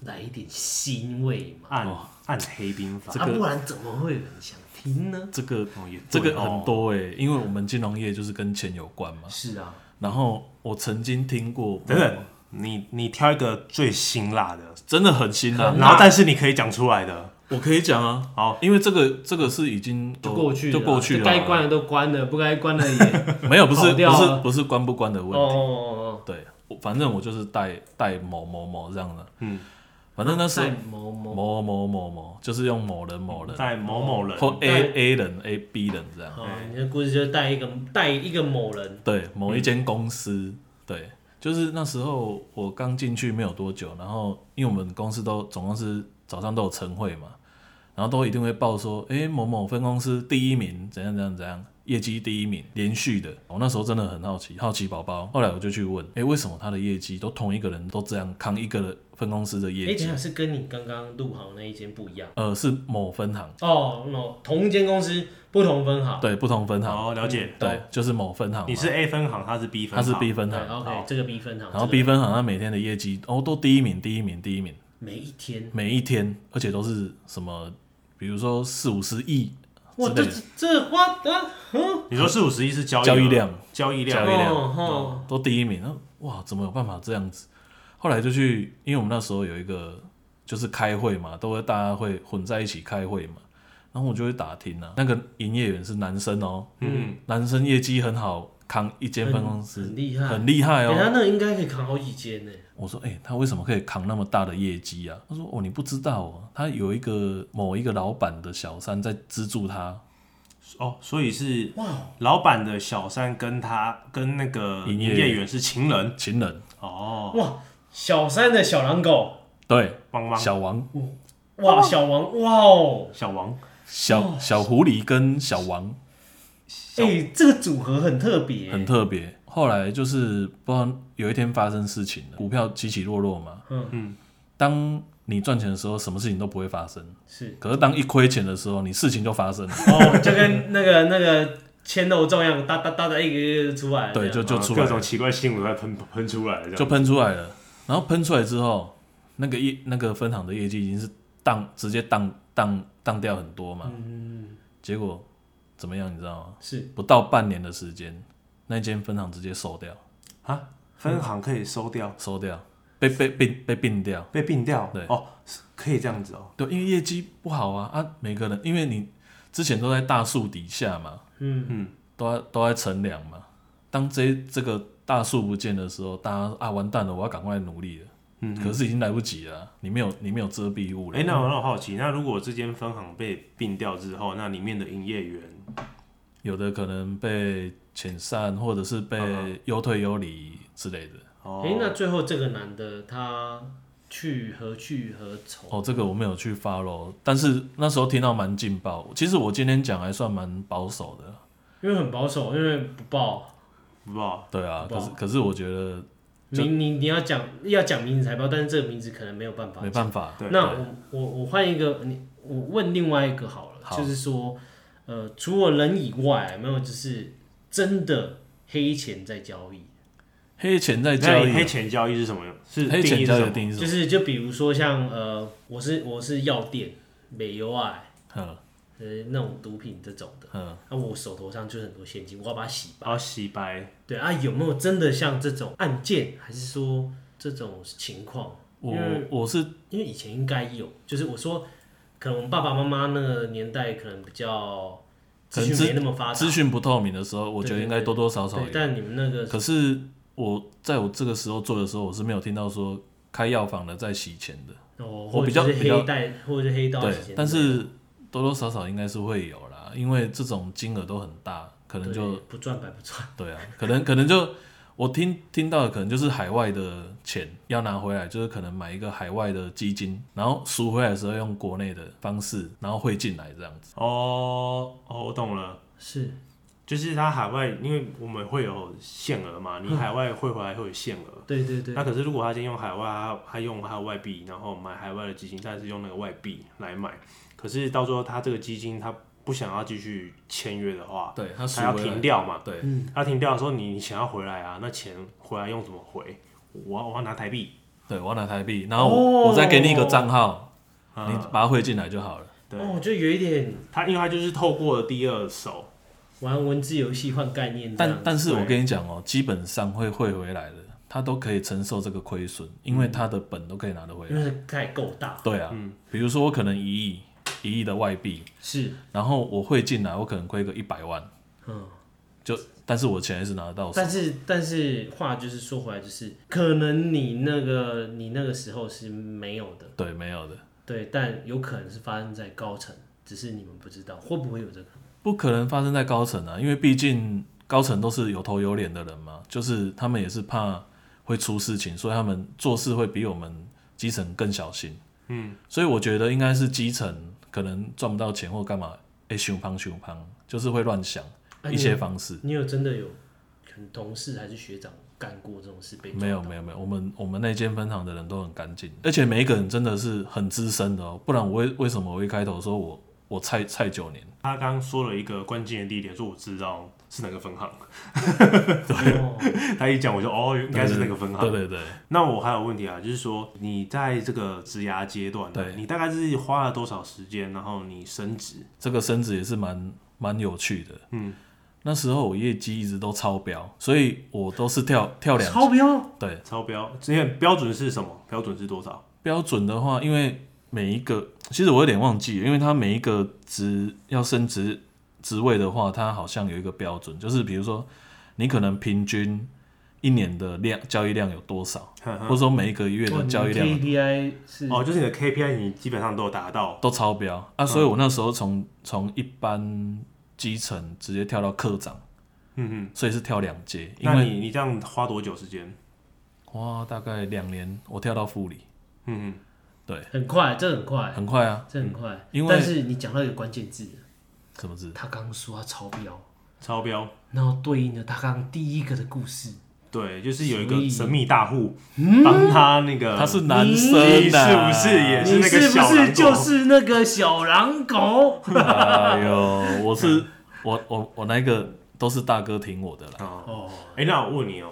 S3: 来一点腥味嘛，
S1: 暗暗黑兵法
S2: 哦这个
S3: 啊，不然怎么会有人想听呢？
S2: 这个
S1: 哦，也对
S2: 这个
S1: 哦
S2: 很多诶、因为我们金融业就是跟钱有关嘛。
S3: 是啊，
S2: 然后我曾经听过，
S1: 等等，你你挑一个最辛辣的，
S2: 真的很辛辣
S3: 很。
S1: 然后但是你可以讲出来的，
S2: 我可以讲啊，
S1: 好，
S2: 因为这个这个是已经
S3: 就过去了
S2: 就
S3: 啊，
S2: 过去
S3: 就
S2: 了啊，
S3: 该关的都关了，不该关的 也
S2: 没有不是
S3: 跑掉
S2: 不
S3: 了
S2: 是不是关不关的
S3: 哦
S2: 问
S3: 哦
S2: 题，
S3: 哦哦，
S2: 对，我反正我就是带带某某某这样的，
S1: 嗯，
S2: 反正那时候
S3: 在某某
S2: 某某某某就是用某人某人
S1: 在某某人
S2: 或 A A 人 A B 人这样，
S3: 哦，你的故事就带一个带一个某人，
S2: 对，某一间公司，对，就是那时候我刚进去没有多久，然后因为我们公司都总公司早上都有晨会嘛，然后都一定会报说，诶，某某分公司第一名，怎样怎样怎样，业绩第一名，连续的。我那时候真的很好奇，好奇宝宝。后来我就去问，诶，为什么他的业绩都同一个人都这样扛一个分公司的
S3: 哎、
S2: 业
S3: 等一
S2: 绩？
S3: 下是跟你刚刚录好那一间不一样。
S2: 呃，是某分行，
S3: 哦，no，同一间公司不同分行。
S2: 对，不同分行，
S1: 哦，了解，
S2: 对，就是某分行嘛，
S1: 你是 A 分行，他是 B 分
S2: 他
S1: 行，
S2: 是 B 分
S3: 对
S2: 行，
S3: 哎，OK，这个 B 分行。
S2: 然后
S3: 这个
S2: B 分行他每天的业绩哦都第一名，第一名，第一名。
S3: 每一天，
S2: 每一天，而且都是什么，比如说四五十亿之
S3: 哇，这
S2: 类的
S3: 这花啊，嗯，
S1: 你说四五十亿是交易
S2: 交易
S1: 额
S2: 量，
S1: 交易
S2: 交
S1: 量
S2: 易量
S3: 哦
S2: 都第一名。那哇，怎么有办法这样子？后来就去，因为我们那时候有一个就是开会嘛，都会大家会混在一起开会嘛，然后我就会打听啊，那个营业员是男生哦，
S1: 嗯，
S2: 男生业绩很好，扛一间分公
S3: 很
S2: 司
S3: 很厉害
S2: 很厉害
S3: 等
S2: 哦。
S3: 下那应该可以扛好几间呢。
S2: 我说，哎、他为什么可以扛那么大的业绩啊？他说，哦，你不知道哦，他有一个某一个老板的小三在资助他
S1: 哦，所以是
S3: 哇，
S1: 老板的小三跟他跟那个
S2: 营
S1: 营
S2: 业
S1: 业员是情人
S2: 情人，
S1: 哦，
S3: 哇，小三的小狼狗，
S2: 对，
S1: 汪汪
S2: 小王。
S3: 哇，小王，哇哦，
S1: 小王，
S2: 小小狐狸跟小王
S3: 哎，这个组合很特别，
S2: 很特别。后来就是不知道有一天发生事情了，股票起起落落嘛。
S3: 嗯
S1: 嗯。
S2: 当你赚钱的时候，什么事情都不会发生；
S3: 是
S2: 可是当一亏钱的时候，你事情就发生了。
S3: 哦，就跟那个那个牵肉粽一样，哒哒哒哒，一个一个出来。
S2: 对，
S3: 这样
S2: 就就
S1: 啊
S2: 出来
S1: 各
S2: 了
S1: 种，奇怪新闻在喷喷出来，这
S2: 就
S1: 样
S2: 喷出来了。然后喷出来之后，那个业那个分行的业绩已经是荡直接荡荡荡掉很多嘛。结果怎么样，你知道吗？
S3: 是
S2: 不到半年的时间，那间分行直接收掉，
S1: 啊，分行可以收掉，
S2: 收掉，被被被被并掉。
S1: 被并掉，
S2: 对
S1: 哦，是可以这样子哦，
S2: 对，因为业绩不好啊啊，每个人因为你之前都在大树底下嘛，
S3: 嗯
S1: 嗯，
S2: 都在都在乘凉嘛。当这这个大树不见的时候，大家啊完蛋了，我要赶快努力了。
S1: 嗯，
S2: 可是已经来不及了啊、你没有你没有遮蔽物了。
S1: 哎、那我很好奇，那如果这间分行被并掉之后，那里面的营业员
S2: 有的可能被遣散，或者是
S1: 嗯
S2: 被优退优离之类的。
S1: 哦，
S3: 哎，那最后这个男的他去何去何从？
S2: 哦，这个我没有去 follow，但是那时候听到蛮劲爆。其实我今天讲还算蛮保守的，
S3: 因为很保守，因为不报
S1: 不知道
S2: 对啊。
S3: 哇
S2: 可是可是我觉得就
S3: 名，你你要讲要讲名字才报，但是这个名字可能没有办法
S2: 没。办法，
S1: 对
S3: 那我我我换一个，你我问另外一个好了，
S2: 好
S3: 就是说，呃，除了人以外，有没有就是真的黑钱在交易，
S2: 黑钱在交
S1: 那
S2: 易
S1: 你
S2: 啊，
S1: 黑钱交易是什么？是
S2: 黑
S1: 定
S2: 钱
S1: 义是
S2: 交易
S1: 什
S2: 的
S1: 么？
S2: 定义是什
S3: 就
S2: 么？
S3: 是就比如说像呃，我是我是药店美优爱
S2: 嗯
S3: 呃那种毒品这种的，
S2: 嗯，
S3: 那、我手头上就是很多现金，我要把它洗白。
S1: 哦，洗白
S3: 对啊，有没有真的像这种案件，还是说这种情况？
S2: 我
S3: 因为
S2: 我是
S3: 因为以前应该有，就是我说，可能我们爸爸妈妈那个年代可能比较
S2: 可
S3: 资
S2: 能
S3: 讯没那么发达，
S2: 资讯不透明的时候，我
S3: 对
S2: 觉得
S3: 对
S2: 应该
S3: 对
S2: 多多少少
S3: 对，
S2: 有。
S3: 但你们那个
S2: 可是我在我这个时候做的时候，我是没有听到说开药房的在洗钱的，
S3: 哦，
S2: 我
S3: 或
S2: 比
S3: 者
S2: 较
S3: 是
S2: 比较
S3: 黑带，或者是黑道洗钱
S2: 对
S3: 的，
S2: 但是多多少少应该是会有啦，因为这种金额都很大，可能
S3: 对
S2: 就
S3: 不赚白不 赚，
S2: 对啊，可能可能就我听听到的可能就是海外的钱要拿回来，就是可能买一个海外的基金，然后赎回来的时候用国内的方式，然后汇进来这样子。
S1: 哦哦，我懂了，
S3: 是
S1: 就是它海外，因为我们会有限额嘛，
S2: 嗯
S1: 你海外汇回来会有限额。
S3: 对对对
S1: 那，可是如果他今天用海外，他他用他的外币，然后买海外的基金，但是用那个外币来买，可是到时候他这个基金他不想要继续签约的话，
S2: 对，他赎
S1: 他要
S2: 回来
S1: 停掉嗯嘛。
S2: 对，
S1: 他停掉的时候，你你想要回来啊，那钱回来用怎么回？我要我要拿台币，
S2: 对，我要拿台币，然后我,、
S3: 哦
S2: 我再给你一个账号，
S1: 啊
S2: 你把它汇进来就好了。
S1: 对，
S3: 哦，就有一点
S1: 他因为他就是透过第二手，
S3: 玩文字游戏换概念这样
S2: 但
S3: 子，
S2: 但是我
S1: 啊对
S2: 跟你讲哦、基本上会汇回来的，他都可以承受这个亏损，因
S1: 嗯
S2: 为他的本都可以拿得回来。
S3: 因为它也够大，
S2: 对啊，比如说我可能一亿一亿的外币，
S3: 是，
S2: 然后我汇进来，我可能亏个一百万，
S3: 嗯，
S2: 就但是我钱还是拿得到手。
S3: 但是但是话就是说回来，就是可能你那个你那个时候是没有的，
S2: 对，没有的，
S3: 对，但有可能是发生在高层，只是你们不知道会不会有这个，
S2: 不可能发生在高层啊，因为毕竟高层都是有头有脸的人嘛，就是他们也是怕会出事情，所以他们做事会比我们基层更小心。嗯，所以我觉得应该是基层可能赚不到钱或干嘛，哎、熊胖熊胖，就是会乱想
S3: 啊
S2: 一些方式。
S3: 你有真的有可能同事还是学长干过这种事被抓
S2: 没有
S3: 到
S2: 没有没有，我们我们那间分行的人都很干净，而且每一个人真的是很资深的哦，不然我为为什么我一开头说我我菜菜九年？
S1: 他刚刚说了一个关键的地点，说我知道是哪个分行，
S3: 哦
S1: 他一讲我就哦，应该是那个分行。
S2: 对对对，
S1: 那我还有问题啊，就是说你在这个职涯阶段、啊
S2: 对，
S1: 你大概是花了多少时间，然后你升职？
S2: 这个升职也是蛮蛮有趣的。嗯，那时候我业绩一直都超标，所以我都是跳跳两
S3: 超标，
S2: 对
S1: 超标，之前标准是什么？标准是多少？
S2: 标准的话，因为每一个其实我有点忘记了，因为它每一个职要升职职位的话，它好像有一个标准，就是比如说你可能平均一年的量交易量有多少，
S1: 哼
S2: 或
S1: 哼
S2: 者说每一个月的交易量有多少
S3: KPI 是
S1: 哦，就是你的 KPI 你基本上都有达到，
S2: 都超标
S1: 嗯
S2: 啊，所以我那时候从从一般基层直接跳到科长，嗯嗯，所以是跳两阶，因
S1: 那
S2: 为
S1: 你你这样花多久时间？
S2: 哇，大概两年我跳到副理，
S1: 嗯
S2: 对，
S3: 很快，这很快，
S2: 很快啊，
S3: 这很快。
S2: 因为
S3: 但是你讲到一个关键字，
S2: 什么字？
S3: 他刚刚说他超标，
S1: 哼，超标。
S3: 然后对应了他刚刚第一个的故事，
S1: 对，就是有一
S3: 所以
S1: 个神秘大户帮他那个，
S2: 嗯他是男生
S1: 呃你是
S2: 啊，
S1: 不是也
S3: 你
S1: 是那个
S3: 是不
S1: 小狼狗
S3: 是就是那个小狼狗？
S2: 哎呦，我是 我我我那个都是大哥挺我的啦，
S1: 哦。
S3: 哦，
S1: 哎、那我问你哦、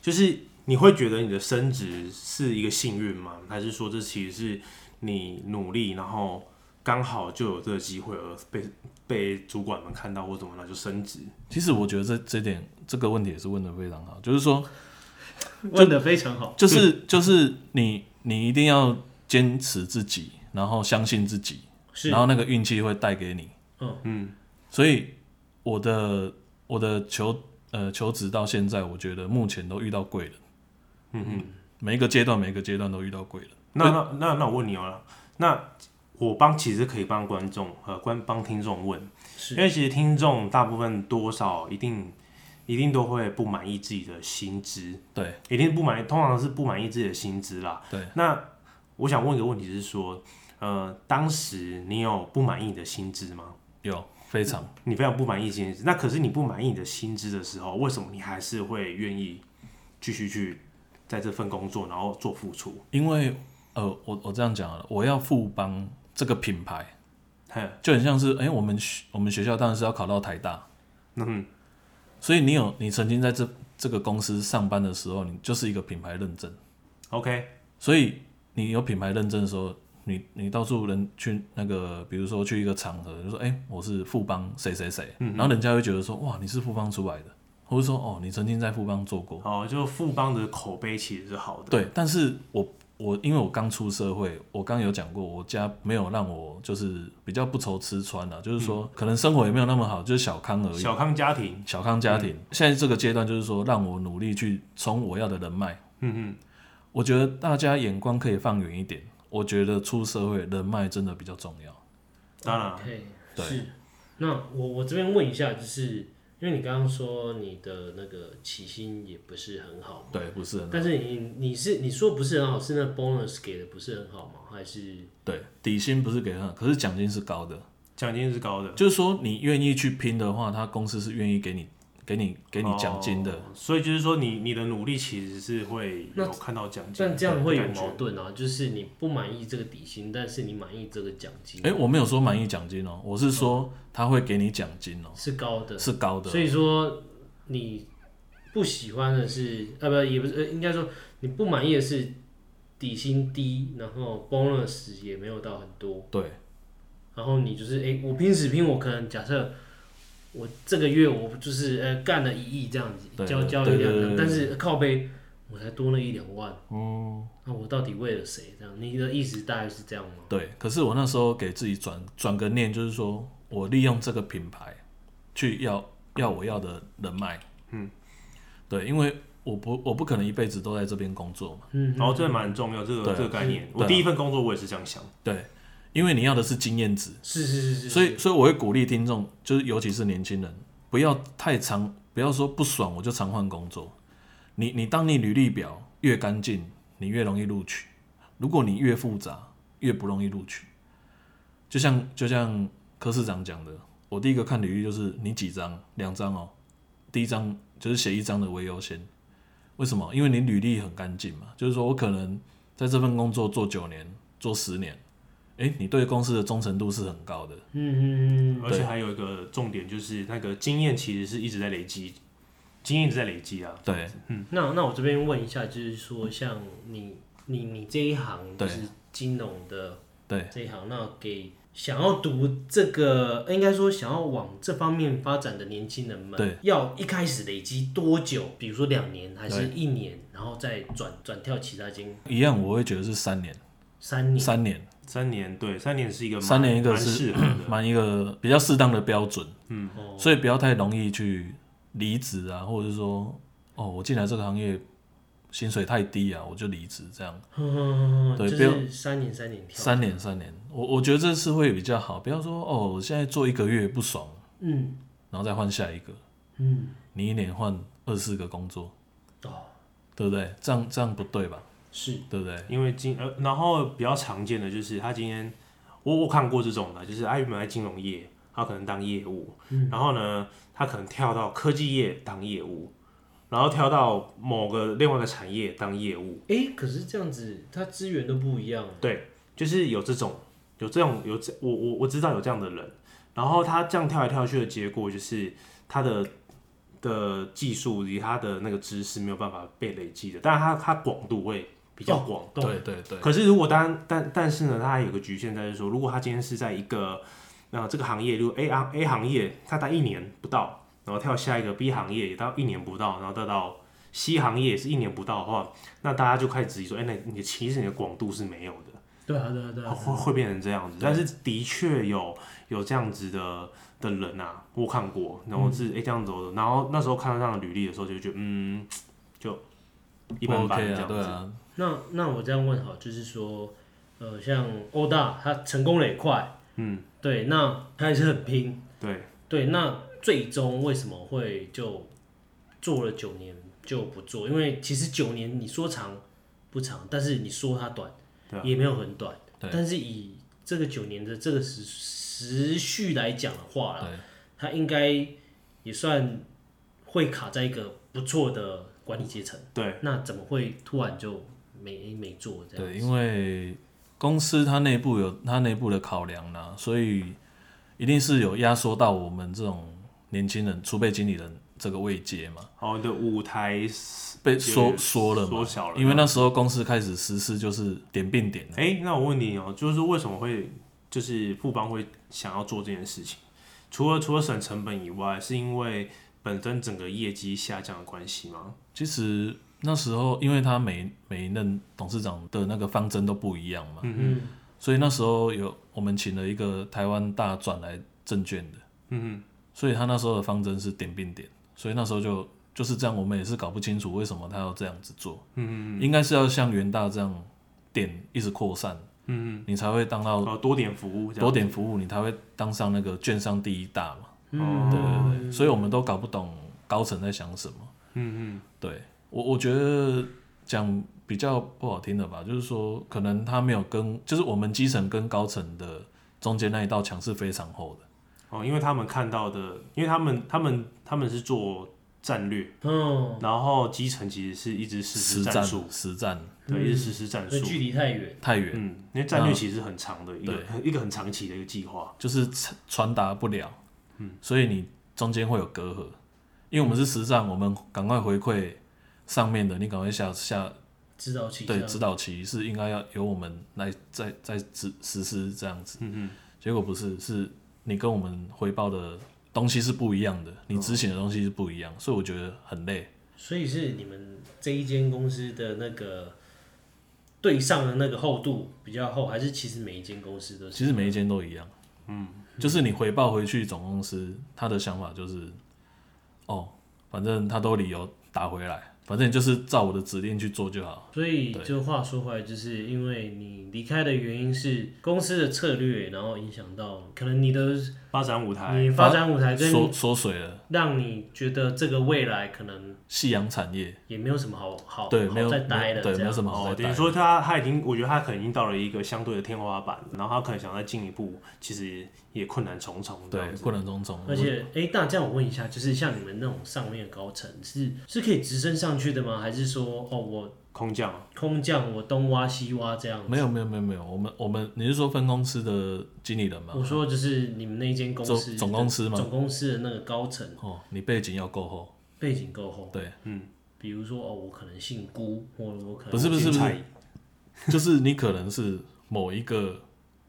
S1: 就是你会觉得你的升职是一个幸运吗？还是说这其实是你努力，然后刚好就有这个机会而被被主管们看到或怎么，那就升职？
S2: 其实我觉得这这点这个问题也是问的非常好，就是说
S3: 问的非常好，
S2: 就是就是你你一定要坚持自己，然后相信自己，
S3: 是
S2: 然后那个运气会带给你。
S3: 嗯
S2: 嗯，所以我的我的求呃求职到现在，我觉得目前都遇到贵人。嗯嗯，每一个阶段每一个阶段都遇到贵人。
S1: 那那那那我问你哦、那我帮其实可以帮观众呃观帮听众问，因
S3: 是
S1: 为其实听众大部分多少一定一定都会不满意自己的薪资，
S2: 对
S1: 一定不满意，通常是不满意自己的薪资啦。
S2: 对，
S1: 那我想问一个问题是说，呃，当时你有不满意你的薪资吗？
S2: 有非常
S1: 你非常不满意薪资，那可是你不满意你的薪资的时候，为什么你还是会愿意继续去在这份工作，然后做付出？
S2: 因为呃，我我这样讲好了，我要富邦这个品牌，
S1: 嘿，
S2: 就很像是哎、我们学我们学校当然是要考到台大，
S1: 嗯，
S2: 所以你有你曾经在这这个公司上班的时候，你就是一个品牌认证。
S1: OK，
S2: 所以你有品牌认证的时候，你你到处人去那个，比如说去一个场合，就说哎、我是富邦谁谁谁，然后人家会觉得说哇，你是富邦出来的，或者说哦，你曾经在富邦做过，
S1: 哦，就富邦的口碑其实是好的，
S2: 对，但是我我因为我刚出社会，我刚有讲过，我家没有让我就是比较不愁吃穿啊，就是说、可能生活也没有那么好，就是小康而已。
S1: 小康家庭，
S2: 小康家庭，现在这个阶段就是说，让我努力去冲我要的人脉。
S1: 嗯
S2: 我觉得大家眼光可以放远一点，我觉得出社会人脉真的比较重要。
S1: 哼，当然啊，
S3: OK，
S2: 对
S3: 是。那我我这边问一下，就是因为你刚刚说你的那个起薪也不是很好，
S2: 对，不是很
S3: 但是你你是你说不是很好，是那 bonus 给的不是很好吗？还是
S2: 对，底薪不是给他，可是奖金是高的。
S1: 奖金是高的，
S2: 就是说，你愿意去拼的话，他公司是愿意给你、给你、给你奖金的。
S1: 哦所以就是说你你的努力其实是会
S3: 那
S1: 有看到奖金，
S3: 但这样会有
S1: 感觉
S3: 矛盾啊，就是你不满意这个底薪，但是你满意这个奖金
S2: 诶，我没有说满意奖金哦、我是说他会给你奖金哦、
S3: 是高的，
S2: 是高的。
S3: 所以说你不喜欢的是啊不也不是，呃应该说你不满意的是底薪低，然后 bonus 也没有到很多，
S2: 对
S3: 然后你就是哎、诶我拼死拼活，可能假设我这个月我就是呃干了一亿这样子，
S2: 对
S3: 交
S2: 对
S3: 交一
S2: 对
S3: 两
S2: 对
S3: 万，
S2: 对
S3: 但是靠背我才多了一两万，哦，那我到底为了谁这样？你的意思大概是这样吗？
S2: 对，可是我那时候给自己转转个念，就是说我利用这个品牌去要要我要的人脉。
S1: 嗯，
S2: 对，因为我不我不可能一辈子都在这边工作嘛。
S3: 嗯，
S1: 然后这蛮重要，这个
S2: 对啊
S1: 这个概念
S2: 嗯，
S1: 我
S2: 对啊
S1: 第一份工作我也是这样想，
S2: 对，因为你要的是经验值。
S3: 是是是是，
S2: 所以，所以我会鼓励听众，就是尤其是年轻人，不要太常，不要说不爽我就常换工作。你你当你履历表越干净，你越容易录取；如果你越复杂，越不容易录取。就像就像柯市长讲的，我第一个看履历就是你几张，两张哦，第一张就是写一张的为优先。为什么？因为你履历很干净嘛，就是说我可能在这份工作做九年，做十年，诶，你对公司的忠诚度是很高的。
S3: 嗯嗯嗯
S1: 而且还有一个重点就是那个经验其实是一直在累积，经验一直在累积啊，
S2: 对，
S3: 嗯，那那我这边问一下，就是说像你你你这一行就
S2: 对
S3: 是金融的
S2: 对，
S3: 这一行，那给想要读这个，应该说想要往这方面发展的年轻人们，
S2: 对，
S3: 要一开始累积多久？比如说两年还是一年，然后再转转跳其他间
S2: 一样，我会觉得是三年，
S3: 三年。
S2: 三年，
S1: 三年对，三年是一个蛮
S2: 三年一个
S1: 蛮
S2: 是，
S1: 适合的
S2: 嗯蛮一个比较适当的标准，
S1: 嗯，
S3: 哦，
S2: 所以不要太容易去离职啊，或者是说，哦，我进来这个行业薪水太低啊，我就离职这样。
S3: 嗯就
S2: 对不
S3: 是
S2: 要
S3: 三年三年跳。
S2: 三年，三年，我我觉得这次会比较好，不要说哦，我现在做一个月不爽，
S3: 嗯
S2: 然后再换下一个，
S3: 嗯，
S2: 你一年换二四个工作，
S3: 哦，
S2: 对不对？这样这样不对吧？
S3: 是
S2: 对不对？
S1: 因为金呃，然后比较常见的就是他今天我我看过这种的，就是他原本在金融业，他可能当业务，
S2: 嗯
S1: 然后呢，他可能跳到科技业当业务，然后跳到某个另外的产业当业务，
S3: 哎、可是这样子，它资源都不一样。
S1: 对，就是有这种有这种有这我我我知道有这样的人，然后他这样跳来跳去的结果就是他的。的技术以及他的那个知识没有办法被累积的，但他他广度会比较广，
S3: 懂
S2: 对对哦对，
S1: 可是如果当但但是呢，它还有个局限在是说，如果他今天是在一个呃这个行业，如果 A 行 A 行业，他待一年不到，然后跳下一个 B 行业也到一年不到，然后再到 C 行业也是一年不到的话，那大家就开始质疑说，哎、那你的其实你的广度是没有的。
S3: 对啊，对啊，对啊。
S1: 会会变成这样子。但是的确有有这样子的的人啊，我看过，然
S2: 嗯
S1: 后是哎、诶这样走的，然后那时候看到这样的履历的时候，就觉得嗯，就一般般
S2: 不 OK
S1: 这
S2: 啊，
S1: 样子。
S2: 对啊，
S3: 那那我这样问好，就是说，呃，像欧大，他成功的也快，
S1: 嗯，
S3: 对，那他也是很拼，
S1: 对，
S3: 对，那最终为什么会就做了九年就不做？因为其实九年你说长不长，但是你说它短
S1: 对啊
S3: 也没有很短，
S2: 对
S3: 但是以这个九年的这个时时序来讲的话啦，
S2: 对。
S3: 它应该也算会卡在一个不错的管理阶层。
S1: 对。
S3: 那怎么会突然就没没做这样？
S2: 对，因为公司它内部有它内部的考量啦、所以一定是有压缩到我们这种年轻人、储备经理人这个位阶嘛，
S1: 哦，你的舞台
S2: 被缩
S1: 有
S2: 缩了嘛，
S1: 缩小了。
S2: 因为那时候公司开始实施就是点并点，
S1: 哎、那我问你哦、就是为什么会就是富邦会想要做这件事情？除了除了省成本以外，是因为本身整个业绩下降的关系吗？
S2: 其实那时候因为他每每一任董事长的那个方针都不一样嘛，
S3: 嗯
S2: 所以那时候有我们请了一个台湾大转来证券的，
S1: 嗯
S2: 所以他那时候的方针是点并点，所以那时候就就是这样，我们也是搞不清楚为什么他要这样子做，
S1: 嗯
S2: 应该是要像元大这样点一直扩散，
S1: 嗯，
S2: 你才会当到
S1: 哦，多点服务这样，
S2: 多点服务，你才会当上那个券商第一大嘛，
S1: 哦
S2: 对对对，所以我们都搞不懂高层在想什么。
S1: 嗯嗯
S2: 对我，我觉得讲比较不好听的吧，就是说可能他没有跟，就是我们基层跟高层的中间那一道墙是非常厚的。
S1: 哦，因为他们看到的，因为他们他们他们是做战略，
S3: 哦，
S1: 然后基层其实是一直实施
S2: 实
S1: 战术，
S2: 实战
S1: 对，一直实施战
S3: 所以
S1: 术。
S3: 距离太远，
S2: 太远，
S1: 嗯，因为战略其实是很长的一个
S2: 对
S1: 一个很长期的一个计划。
S2: 就是传传达不了，嗯，所以你中间会有隔阂。因为我们是实战，我们赶快回馈上面的，你赶快下下
S3: 知道其
S2: 对
S3: 象
S2: 指导期是应该要由我们来再再实实施这样子。
S1: 嗯
S2: 结果不是，是你跟我们回报的东西是不一样的，你执行的东西是不一样，所以我觉得很累。
S3: 所以是你们这一间公司的那个对上的那个厚度比较厚，还是其实每一间公司都是？
S2: 其实每一间都一样，嗯，就是你回报回去总公司，他的想法就是，哦，反正他都理由打回来，反正你就是照我的指令去做就好。
S3: 哦所以就话说回来，就是因为你离开的原因是公司的策略，然后影响到可能你的
S1: 哼，发展舞台，
S3: 你发展舞台跟
S2: 缩缩水了，
S3: 让你觉得这个未来可能
S2: 夕阳产业，
S3: 也没有什么好好
S2: 对，没
S3: 好
S2: 有
S3: 再待
S2: 没有
S3: 了，
S2: 对，
S3: 这
S2: 没有
S3: 样
S2: 什么好
S1: 哦，
S2: 再
S1: 等于
S2: 待。
S1: 说他他已经，我觉得他可能已经到了一个相对的天花板，然后他可能想再进一步，其实也困难重重。这
S2: 对
S1: 样，子
S2: 困难重重。
S3: 而且，哎、那这样我问一下，就是像你们那种上面的高层，是是可以直升上去的吗？还是说，哦，我
S1: 空降，
S3: 空降，我东挖西挖这样？
S2: 没有没有没有没有，我们我们你是说分公司的经理人吗？
S3: 我说就是你们那间公
S2: 总
S3: 司
S2: 总公司吗
S3: 总公司的那个高层
S2: 哦，你背景要够厚。
S3: 背景够
S1: 哦
S3: 厚，
S2: 对，
S3: 比如说哦，我可能姓辜，或者我可能
S2: 不是不是
S1: 进
S2: 不
S1: 菜
S2: 是，就是你可能是某一个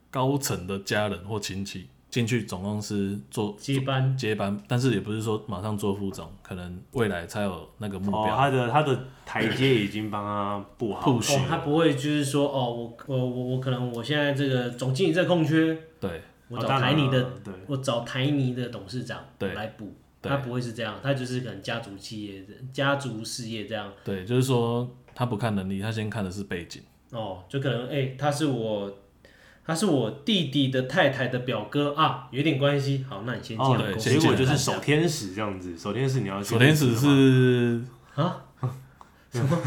S2: 高层的家人或亲戚进去总公司做
S3: 接班，
S2: 接班，但是也不是说马上做副总，可能未来才有那个目
S1: 哦，
S2: 标。
S1: 他的他的台阶已经帮他布好了，
S2: Push
S3: 哦，他不会就是说哦，我我我我可能我现在这个总经理这空缺，
S2: 对
S3: 我
S1: 哦
S3: 找
S1: 当然
S3: 台泥的，
S1: 了对，
S3: 我找台泥的董事长
S2: 对
S3: 来补，
S2: 对
S3: 他不会是这样，他就是可能家族企业、家族事业这样。
S2: 对，就是说他不看能力，他先看的是背景。
S3: 哦，就可能哎、他是我，他是我弟弟的太太的表哥啊，有点关系。好，那你先进
S1: 哦，
S3: 来
S1: 对，
S3: 公司
S1: 结果就是
S3: 看一下
S1: 守天使这样子，守天使你要去
S2: 首天使是
S3: 啊。什么？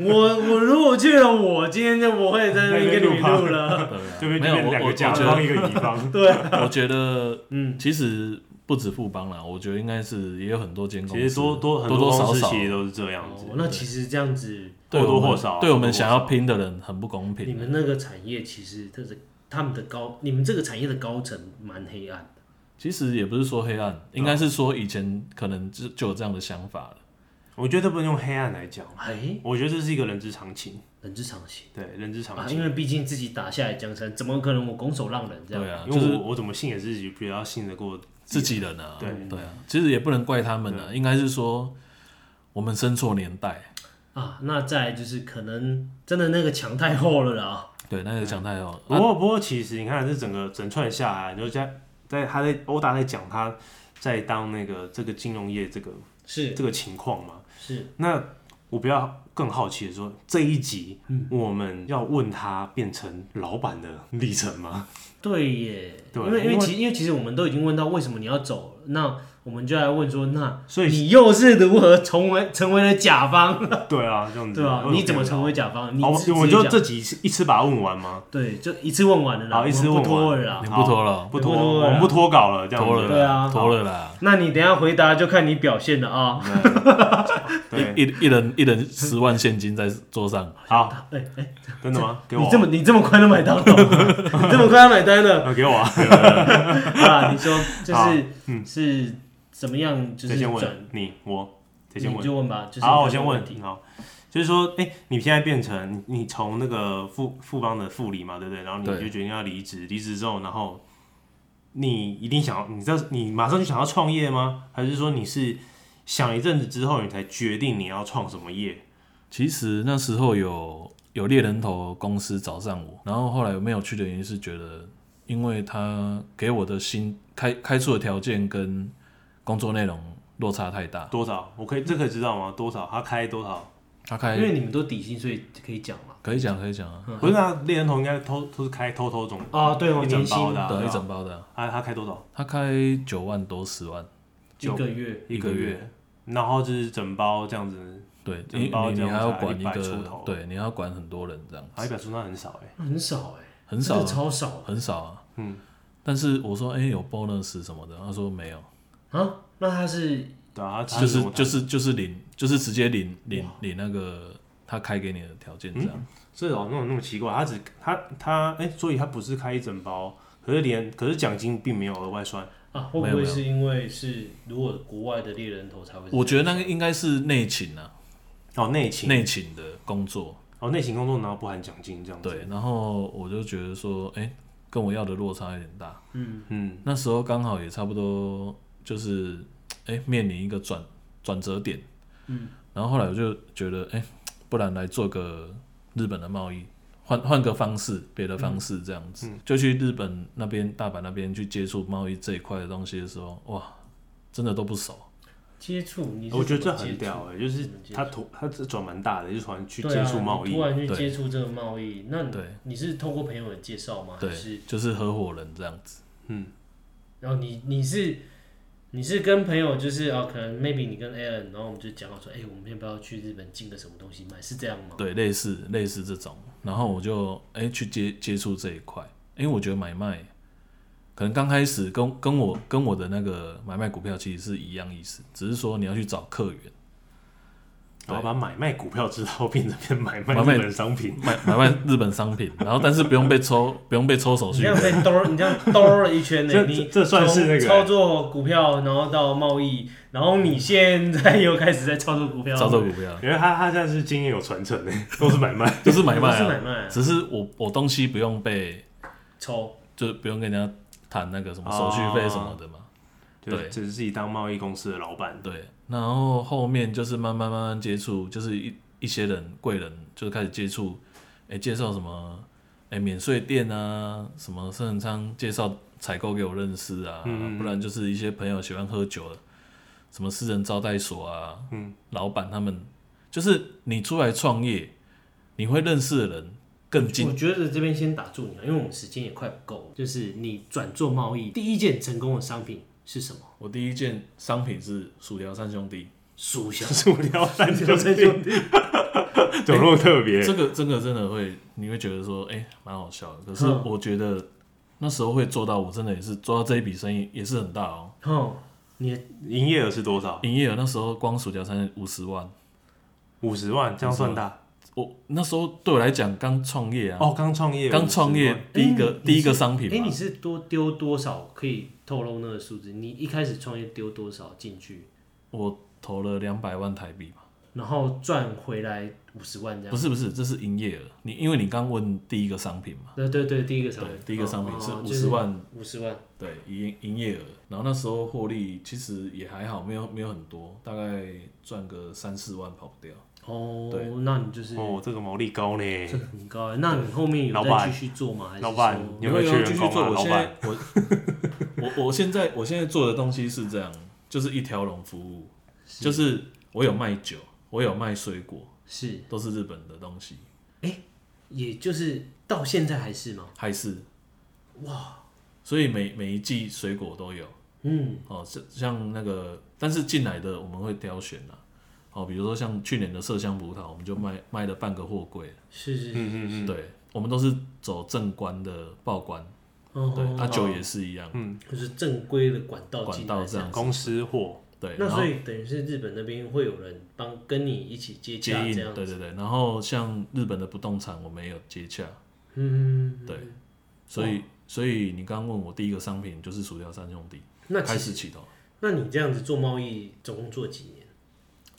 S3: 我我如果去了，我今天就不会在那边跟你
S1: 那边
S3: 录了。
S1: 这边
S2: 没
S1: 这
S2: 有
S1: 边
S2: 我
S1: 两
S2: 我
S1: 个
S2: 我
S1: 甲
S2: 觉
S1: 方
S2: 得
S1: 一个乙 方，
S2: 我 觉得
S3: 嗯，
S2: 其实不止富邦啦，我觉得应该是也有很多间公司，
S1: 其实多多很
S2: 多多
S1: 公
S2: 少
S1: 司
S2: 少
S1: 其实都是 这样子
S3: 哦，，那其实这样子，
S2: 对
S1: 或多
S2: 我们
S1: 或少啊
S2: 对我
S1: 或多
S2: 们
S1: 或
S2: 想要
S1: 少
S2: 拼的人很不公
S3: 你
S2: 平。
S3: 们那个产业其实这是他们的高，你们这个产业的高层蛮黑暗的。
S2: 其实也不是说黑暗，应该是说以前可能就就有这样的想法了。
S1: 我觉得不能用黑暗来讲，
S3: 哎，
S1: 我觉得这是一个人之常情，
S3: 人之常情
S1: 对，人之常
S3: 啊，
S1: 情。
S3: 因为毕竟自己打下来江山，怎么可能我拱手让人这样？
S2: 对啊，
S1: 因
S2: 就
S1: 为
S2: 是
S1: 我我怎么信也是自己比较信得过
S2: 自己人啊，
S1: 对
S2: 对啊，其实也不能怪他们啊，应该是说我们生错年代，
S3: 啊，那再来就是可能真的那个墙太厚了啦。
S2: 对那个讲太好，
S1: 不过不过，其实你看这整个整串下来，你就在在他在欧达在讲他在当那个这个金融业这个
S3: 是
S1: 这个情况嘛。
S3: 是，
S1: 那我比较更好奇的说，这一集
S3: 嗯
S1: 我们要问他变成老板的历程吗？
S3: 对耶。
S1: 对
S3: 因为因为
S1: 因为
S3: 其因为其实我们都已经问到为什么你要走了，那我们就来问说，那
S1: 所以
S3: 你又是如何成为成为了甲方，
S1: 对啊，这样子
S3: 对吧、
S1: 为什么
S3: 你怎么
S1: 变
S3: 成
S1: 老
S3: 为甲方？你
S1: 好，
S3: 自
S1: 哦我
S3: 自己
S1: 就
S3: 讲
S1: 这集一次把它问完吗？
S3: 对，就一次问完了啦，
S1: 好
S3: 我们
S1: 一次问
S3: 不拖
S1: 完
S3: 了啦。
S2: 你
S1: 好
S2: 不拖了，
S1: 不
S3: 不
S1: 拖，
S3: 拖了
S1: 我们不拖稿了，这样
S2: 拖了
S1: 子。
S2: 啦，
S3: 对啊
S2: 拖了啦，
S3: 那你等一下回答就看你表现了啊、
S1: 嗯对，
S2: 一一人一人十万现金在桌上，
S1: 好，
S3: 哎哎、
S1: 真的 吗？给我
S3: 你这么你这么快就买 单了？你这么快要买单了
S1: 啊，给我啊，
S3: 啊？你说就
S1: 好
S3: 是是怎么样？ 就
S1: 谁
S3: 是
S1: 先
S3: 转，
S1: 问你我，谁先
S3: 你
S1: 问？
S3: 就问吧。就是
S1: 好，我先
S3: 问
S1: 问
S3: 题。，
S1: 好，就是说，哎、你现在变成你你从那个富富邦的副理嘛，对不对？然后你
S2: 对
S1: 就决定要离职，离职之后，然后你一定想要，你知道你马上就想要创业吗？还是说你是想一阵子之后，你才决定你要创什么业？
S2: 其实那时候有有猎人头公司找上我，然后后来没有去的原因是觉得，因为他给我的薪开开出的条件跟工作内容落差太大，
S1: 多少？我可以这可以知道吗？多少？他开多少？
S2: 他
S3: 因为
S2: 开
S3: 你们都底薪，所以可以讲嘛。
S2: 可以讲可以讲啊，
S1: 不是啊，猎人头应该偷都是开偷偷种
S3: 哦，对哦，
S1: 一
S3: 年
S1: 整
S3: 薪
S1: 包的啊，
S2: 嗯对，
S1: 对
S2: 一
S1: 吧
S2: 整包的啊、
S1: 啊，他开多少
S2: 他开九万多十万，
S3: 一个月，
S1: 一
S2: 一
S1: 个
S2: 个
S1: 月？然后就是整包这样子，
S2: 对，
S1: 整
S2: 你
S1: 包
S2: 你你
S1: 这样
S2: 还要
S1: 才
S2: 管一
S1: 100出
S2: 个
S1: 头，
S2: 对，你还要管很多人这样，
S1: 啊，一百出那很少哎，
S3: 那很少哎，
S2: 很少
S3: 真的
S2: 啊
S3: 超少
S2: 很少啊，
S1: 嗯，
S2: 但是我说哎、有 bonus 什么的，他说没有，
S3: 啊。那他是
S1: 对啊，他吃
S2: 就
S1: 什
S2: 是
S1: 么
S2: 就是就是领就是直接领领领那个他开给你的条件这样。
S1: 是哦，那种那么奇怪，他只他他哎、所以他不是开一整包，可是连可是奖金并没有额外算，
S3: 啊，会
S2: 没
S3: 不
S2: 有
S3: 会
S2: 没有
S3: 是因为是如果国外的猎人头才会？
S2: 我觉得那个应该是内勤啊，
S1: 哦内勤
S2: 内勤的工作。
S1: 哦内勤工作然后不含奖金这样子，
S2: 对，然后我就觉得说，哎、跟我要的落差有点大。
S1: 嗯
S2: 那时候刚好也差不多，就是哎、诶面临一个转转折点。嗯，然后后来我就觉得，哎、不然来做个日本的贸易，换换个方式，别的方式这样子，就去日本那边大阪那边去接触贸易这一块的东西的时候，哇，真的都不熟。
S3: 接触，你是
S1: 我觉得这
S3: 怎么接
S1: 很
S3: 触
S1: 屌哎、就是他突他这转蛮大的，就突然去
S3: 对
S1: 接触
S3: 啊
S1: 贸
S3: 你
S1: 易
S3: 突，然去
S2: 对
S3: 接触这个贸易，那你
S2: 对
S3: 你是通过朋友的介绍吗？还
S2: 对
S3: 是，
S2: 就是合伙人这样子。
S1: 嗯
S3: 然后你你是你是跟朋友就是啊，可能 maybe 你跟 Alan，然后我们就讲好说，哎、我们要不要去日本进个什么东西买？是这样吗？
S2: 对，类似类似这种，然后我就哎、诶去接接触这一块，因为我觉得买卖可能刚开始跟跟我跟我的那个买卖股票其实是一样意思，只是说你要去找客源，
S1: 然后把买卖股票之后变成变买卖
S2: 买
S1: 日
S2: 卖
S1: 本商品，
S2: 买 买卖日本商品，然后但是不用被抽不用被抽手
S3: 你
S2: 续
S3: 这样
S2: 费，
S3: 被兜，你这样兜了一 圈呢、
S1: 这
S3: 你
S1: 这这算是那个
S3: 从操作股票，然后到贸易，然后你现在又开始在操作股票，
S2: 操作股票
S1: 因为他他现在是经验有传承哎、都是买卖，
S2: 就是买卖
S3: 都是买
S2: 啊，
S3: 卖啊
S2: 只是我我东西不用被
S3: 抽，
S2: 就不用跟人家谈那个什么手续费什么的嘛，
S1: 就是
S2: 对
S1: 只是自己当贸易公司的老板，
S2: 对，然后后面就是慢慢慢慢接触，就是一一些人贵人就是开始接触，哎、介绍什么，哎、免税店啊，什么生人仓介绍采购给我认识啊，
S1: 嗯
S2: 不然就是一些朋友喜欢喝酒的，什么私人招待所啊，
S1: 嗯，
S2: 老板他们，就是你出来创业，你会认识的人更
S3: 我
S2: 近，
S3: 觉得这边先打住你啊了，因为我们时间也快不够。就是你转做贸易，第一件成功的商品是什么？
S2: 我第一件商品是薯条三兄弟，
S3: 薯条。
S1: 塑料三
S3: 薯条
S1: 兄
S3: 三
S1: 弟，
S3: 兄弟，
S1: 怎么那么特别？
S2: 这个这个真的会，你会觉得说，哎、蛮好笑的。可是
S3: 嗯
S2: 我觉得那时候会做到，我真的也是做到这一笔生意也是很大哦。
S3: 哦，你的
S1: 营业额是多少？
S2: 营业额那时候光薯条三五十万，
S1: 五十万，这样算大
S2: 我那时候对我来讲刚创业啊，
S1: 哦。刚创业，
S2: 刚创
S1: 50万
S2: 业第一个、
S3: 哎你
S2: 第一个
S3: 你是
S2: 商品
S3: 哎，
S2: 嘛
S3: 你，是多丢多少？可以透露那个数字？你一开始创业丢多少进去，
S2: 我投了两百万台币嘛，
S3: 然后赚回来五十万这
S2: 不
S3: 样？
S2: 是不是，这是营业额。你因为你刚问第一个商品嘛，
S3: 对对对，第一个
S2: 对
S3: 商品，，
S2: 第一个商品是
S3: 哦
S2: 五十，万，
S3: 五十万。
S2: 对营营业额。然后那时候获利其实也还好，没有没有很多，大概赚个三四万跑不掉。
S3: 哦
S2: 对，
S3: 那你就是
S1: 哦，这个毛利高呢。
S3: 这个很高欸。那你后面有
S1: 老
S3: 再
S1: 板
S3: 继续做吗？还是
S1: 老板
S3: 说
S1: 你有没有缺
S2: 继
S1: 员
S2: 续
S1: 工啊
S2: 做？我
S1: 老
S2: 现
S1: 板
S2: 在我我我现在我现在做的东西是这样，就是一条龙服务，就是我有卖酒，我有卖水果，
S3: 是，
S2: 都是日本的东西，
S3: 也就是到现在还是吗？
S2: 还是哇，所以每每一季水果都有
S3: 嗯，
S2: 哦，像像那个，但是进来的我们会挑选啦、哦，比如说像去年的麝香葡萄，我们就卖卖了半个货柜，
S3: 是是是，
S1: 嗯嗯嗯，
S2: 对我们都是走正官的报关，
S3: 哦
S2: 对，
S3: 哦
S2: 啊酒也是一样，
S3: 就是正规的管道
S2: 管
S3: 进来
S2: 道哦这样
S1: 公司货
S2: 对，
S3: 那
S2: 然后
S3: 所以等于是日本那边会有人帮跟你一起接
S2: 接
S3: 洽
S2: 应
S3: 这样，
S2: 对对对。然后像日本的不动产，我们也有接洽，
S3: 嗯，
S2: 对，所以所以你刚刚问我第一个商品就是薯条三兄弟，
S3: 那
S2: 开
S3: 其实
S2: 始起头，
S3: 那你这样子做贸易总共做几年？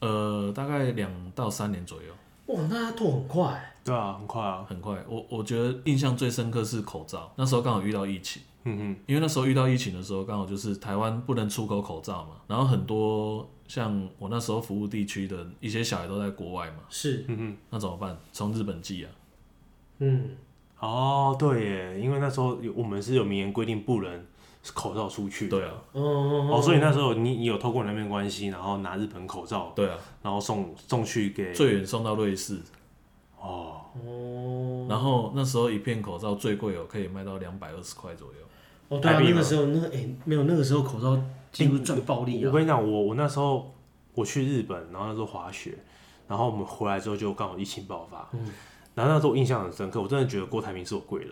S2: 呃，大概两到三年左右，
S3: 哇，那他拓很快，
S1: 对啊，很快啊。
S2: 很快。我我觉得印象最深刻是口罩，那时候刚好遇到疫情，
S1: 嗯
S2: 因为那时候遇到疫情的时候，刚好就是台湾不能出口口罩嘛，然后很多像我那时候服务地区的一些小孩都在国外嘛，
S3: 是
S1: 哼，嗯哼，
S2: 那怎么办？从日本寄啊，
S3: 嗯，
S1: 哦，对耶，因为那时候有我们是有明言规定不能口罩出去，
S2: 对啊，
S3: 哦哦
S1: 哦，所以那时候你你有透过那边关系，然后拿日本口
S3: 哦
S1: 罩，
S2: 对啊，
S1: 然后送送去给
S2: 最远送到瑞士，
S1: 哦，
S3: 哦
S2: 然后那时候一片口罩最贵有可以卖到两百二十块左右，
S3: 哦，对啊
S1: 台，币吗
S3: 那个时候那哎、没有那个时候口罩几乎赚暴利
S1: 我
S3: 啊，
S1: 跟你讲，我我那时候我去日本，然后那时候滑雪，然后我们回来之后就刚好疫情爆发，
S2: 嗯
S1: 然后那时候我印象很深刻，我真的觉得郭台铭是我贵人。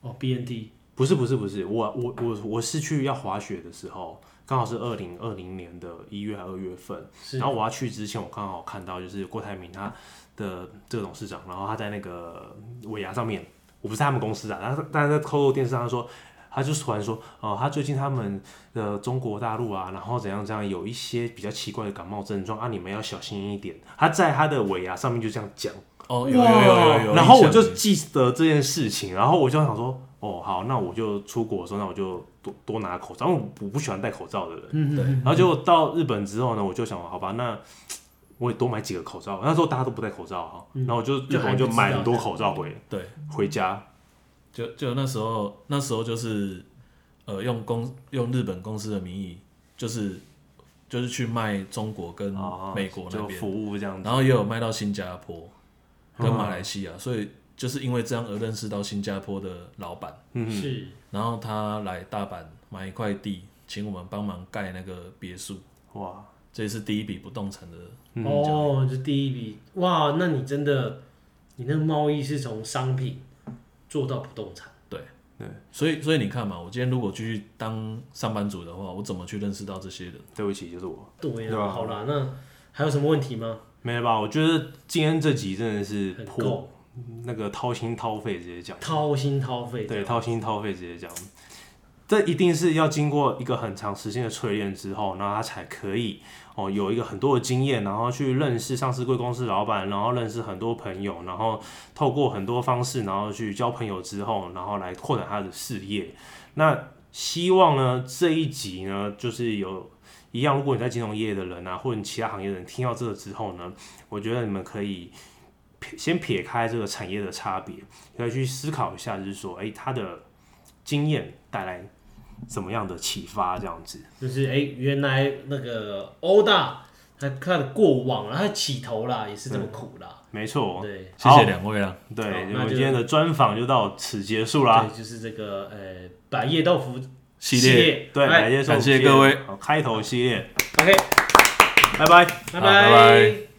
S3: 哦 BND
S1: 不是不是不是，我我我我是去要滑雪的时候，刚好是二零二零年的一月还二月份，
S3: 是
S1: 然后我要去之前，我刚好看到就是郭台铭他的这个董事长，然后他在那个尾牙上面，我不是他们公司啊，然后但是在透露电视上他说。他就突然说，呃，他最近他们的中国大陆啊，然后怎样怎样，有一些比较奇怪的感冒症状啊，你们要小心一点。他在他的尾牙上面就这样讲。
S2: 哦，有有有有有，
S1: 然后我
S2: 印象
S1: 就记得这件事情，然后我就想说，哦，好，那我就出国的时候，那我就多多拿口罩，因为我不喜欢戴口罩的人。
S3: 嗯
S2: 对
S1: 然后结果到日本之后呢，我就想，好吧，那我也多买几个口罩。那时候大家都不戴口罩哈，然后我就日
S3: 就还
S1: 本
S3: 不
S1: 就
S3: 知
S1: 买
S3: 道
S1: 很多
S3: 这样
S1: 口罩回
S2: 对，
S1: 回家。
S2: 就就那时候那时候就是呃用公用日本公司的名义，就是就是去卖中国跟
S1: 啊，
S2: 美国那
S1: 就
S2: 边，
S1: 服务这样子，嗯
S2: 然后也有卖到新加坡跟马来西亚，所以就是因为这样而认识到新加坡的老板，
S1: 嗯，
S3: 是
S2: 然后他来大阪买一块地，请我们帮忙盖那个别墅，
S1: 哇，
S2: 这也是第一笔不动产的，
S1: 嗯
S3: 哦，这第一笔哇，那你真的你那个贸易是从商品做到不动产，
S2: 所以所以你看嘛，我今天如果继续当上班族的话，我怎么去认识到这些人？
S1: 对不起，就是我。
S3: 对
S1: 对
S3: 啊，
S1: 啊
S3: 好啦，那还有什么问题吗？
S1: 没了吧？我觉得今天这集真的是
S3: 很
S1: 破
S3: 够
S1: 那个掏心掏肺直接讲，
S3: 掏心掏肺，
S1: 对，掏心掏肺直接讲，这一定是要经过一个很长时间的淬炼之后，然后他才可以哦有一个很多的经验，然后去认识上市贵公司老板，然后认识很多朋友，然后透过很多方式，然后去交朋友之后，然后来扩展他的事业。那希望呢这一集呢，就是有一样，如果你在金融业的人啊，或者你其他行业的人听到这个之后呢，我觉得你们可以撇先撇开这个产业的差别，要去思考一下，就是说，哎、他的经验带来怎么样的启发，这样子。
S3: 就是哎、原来那个欧大他他的过往啦，他的起头啦，也是这么苦啦，
S1: 没错，
S3: 对
S2: 谢谢两位啦，
S1: 对，
S3: 好
S1: 我
S3: 那
S1: 们
S3: 就
S1: 今天的专访就到此结束啦。
S3: 对，就是这个呃百叶豆腐哎
S2: 系列。
S1: 对，感
S3: 来
S1: 谢收哦
S2: 感谢
S1: 听
S2: 各位，
S1: 好开头系列，
S3: ，OK，
S1: 拜拜。
S3: 拜
S2: 好拜拜
S3: 拜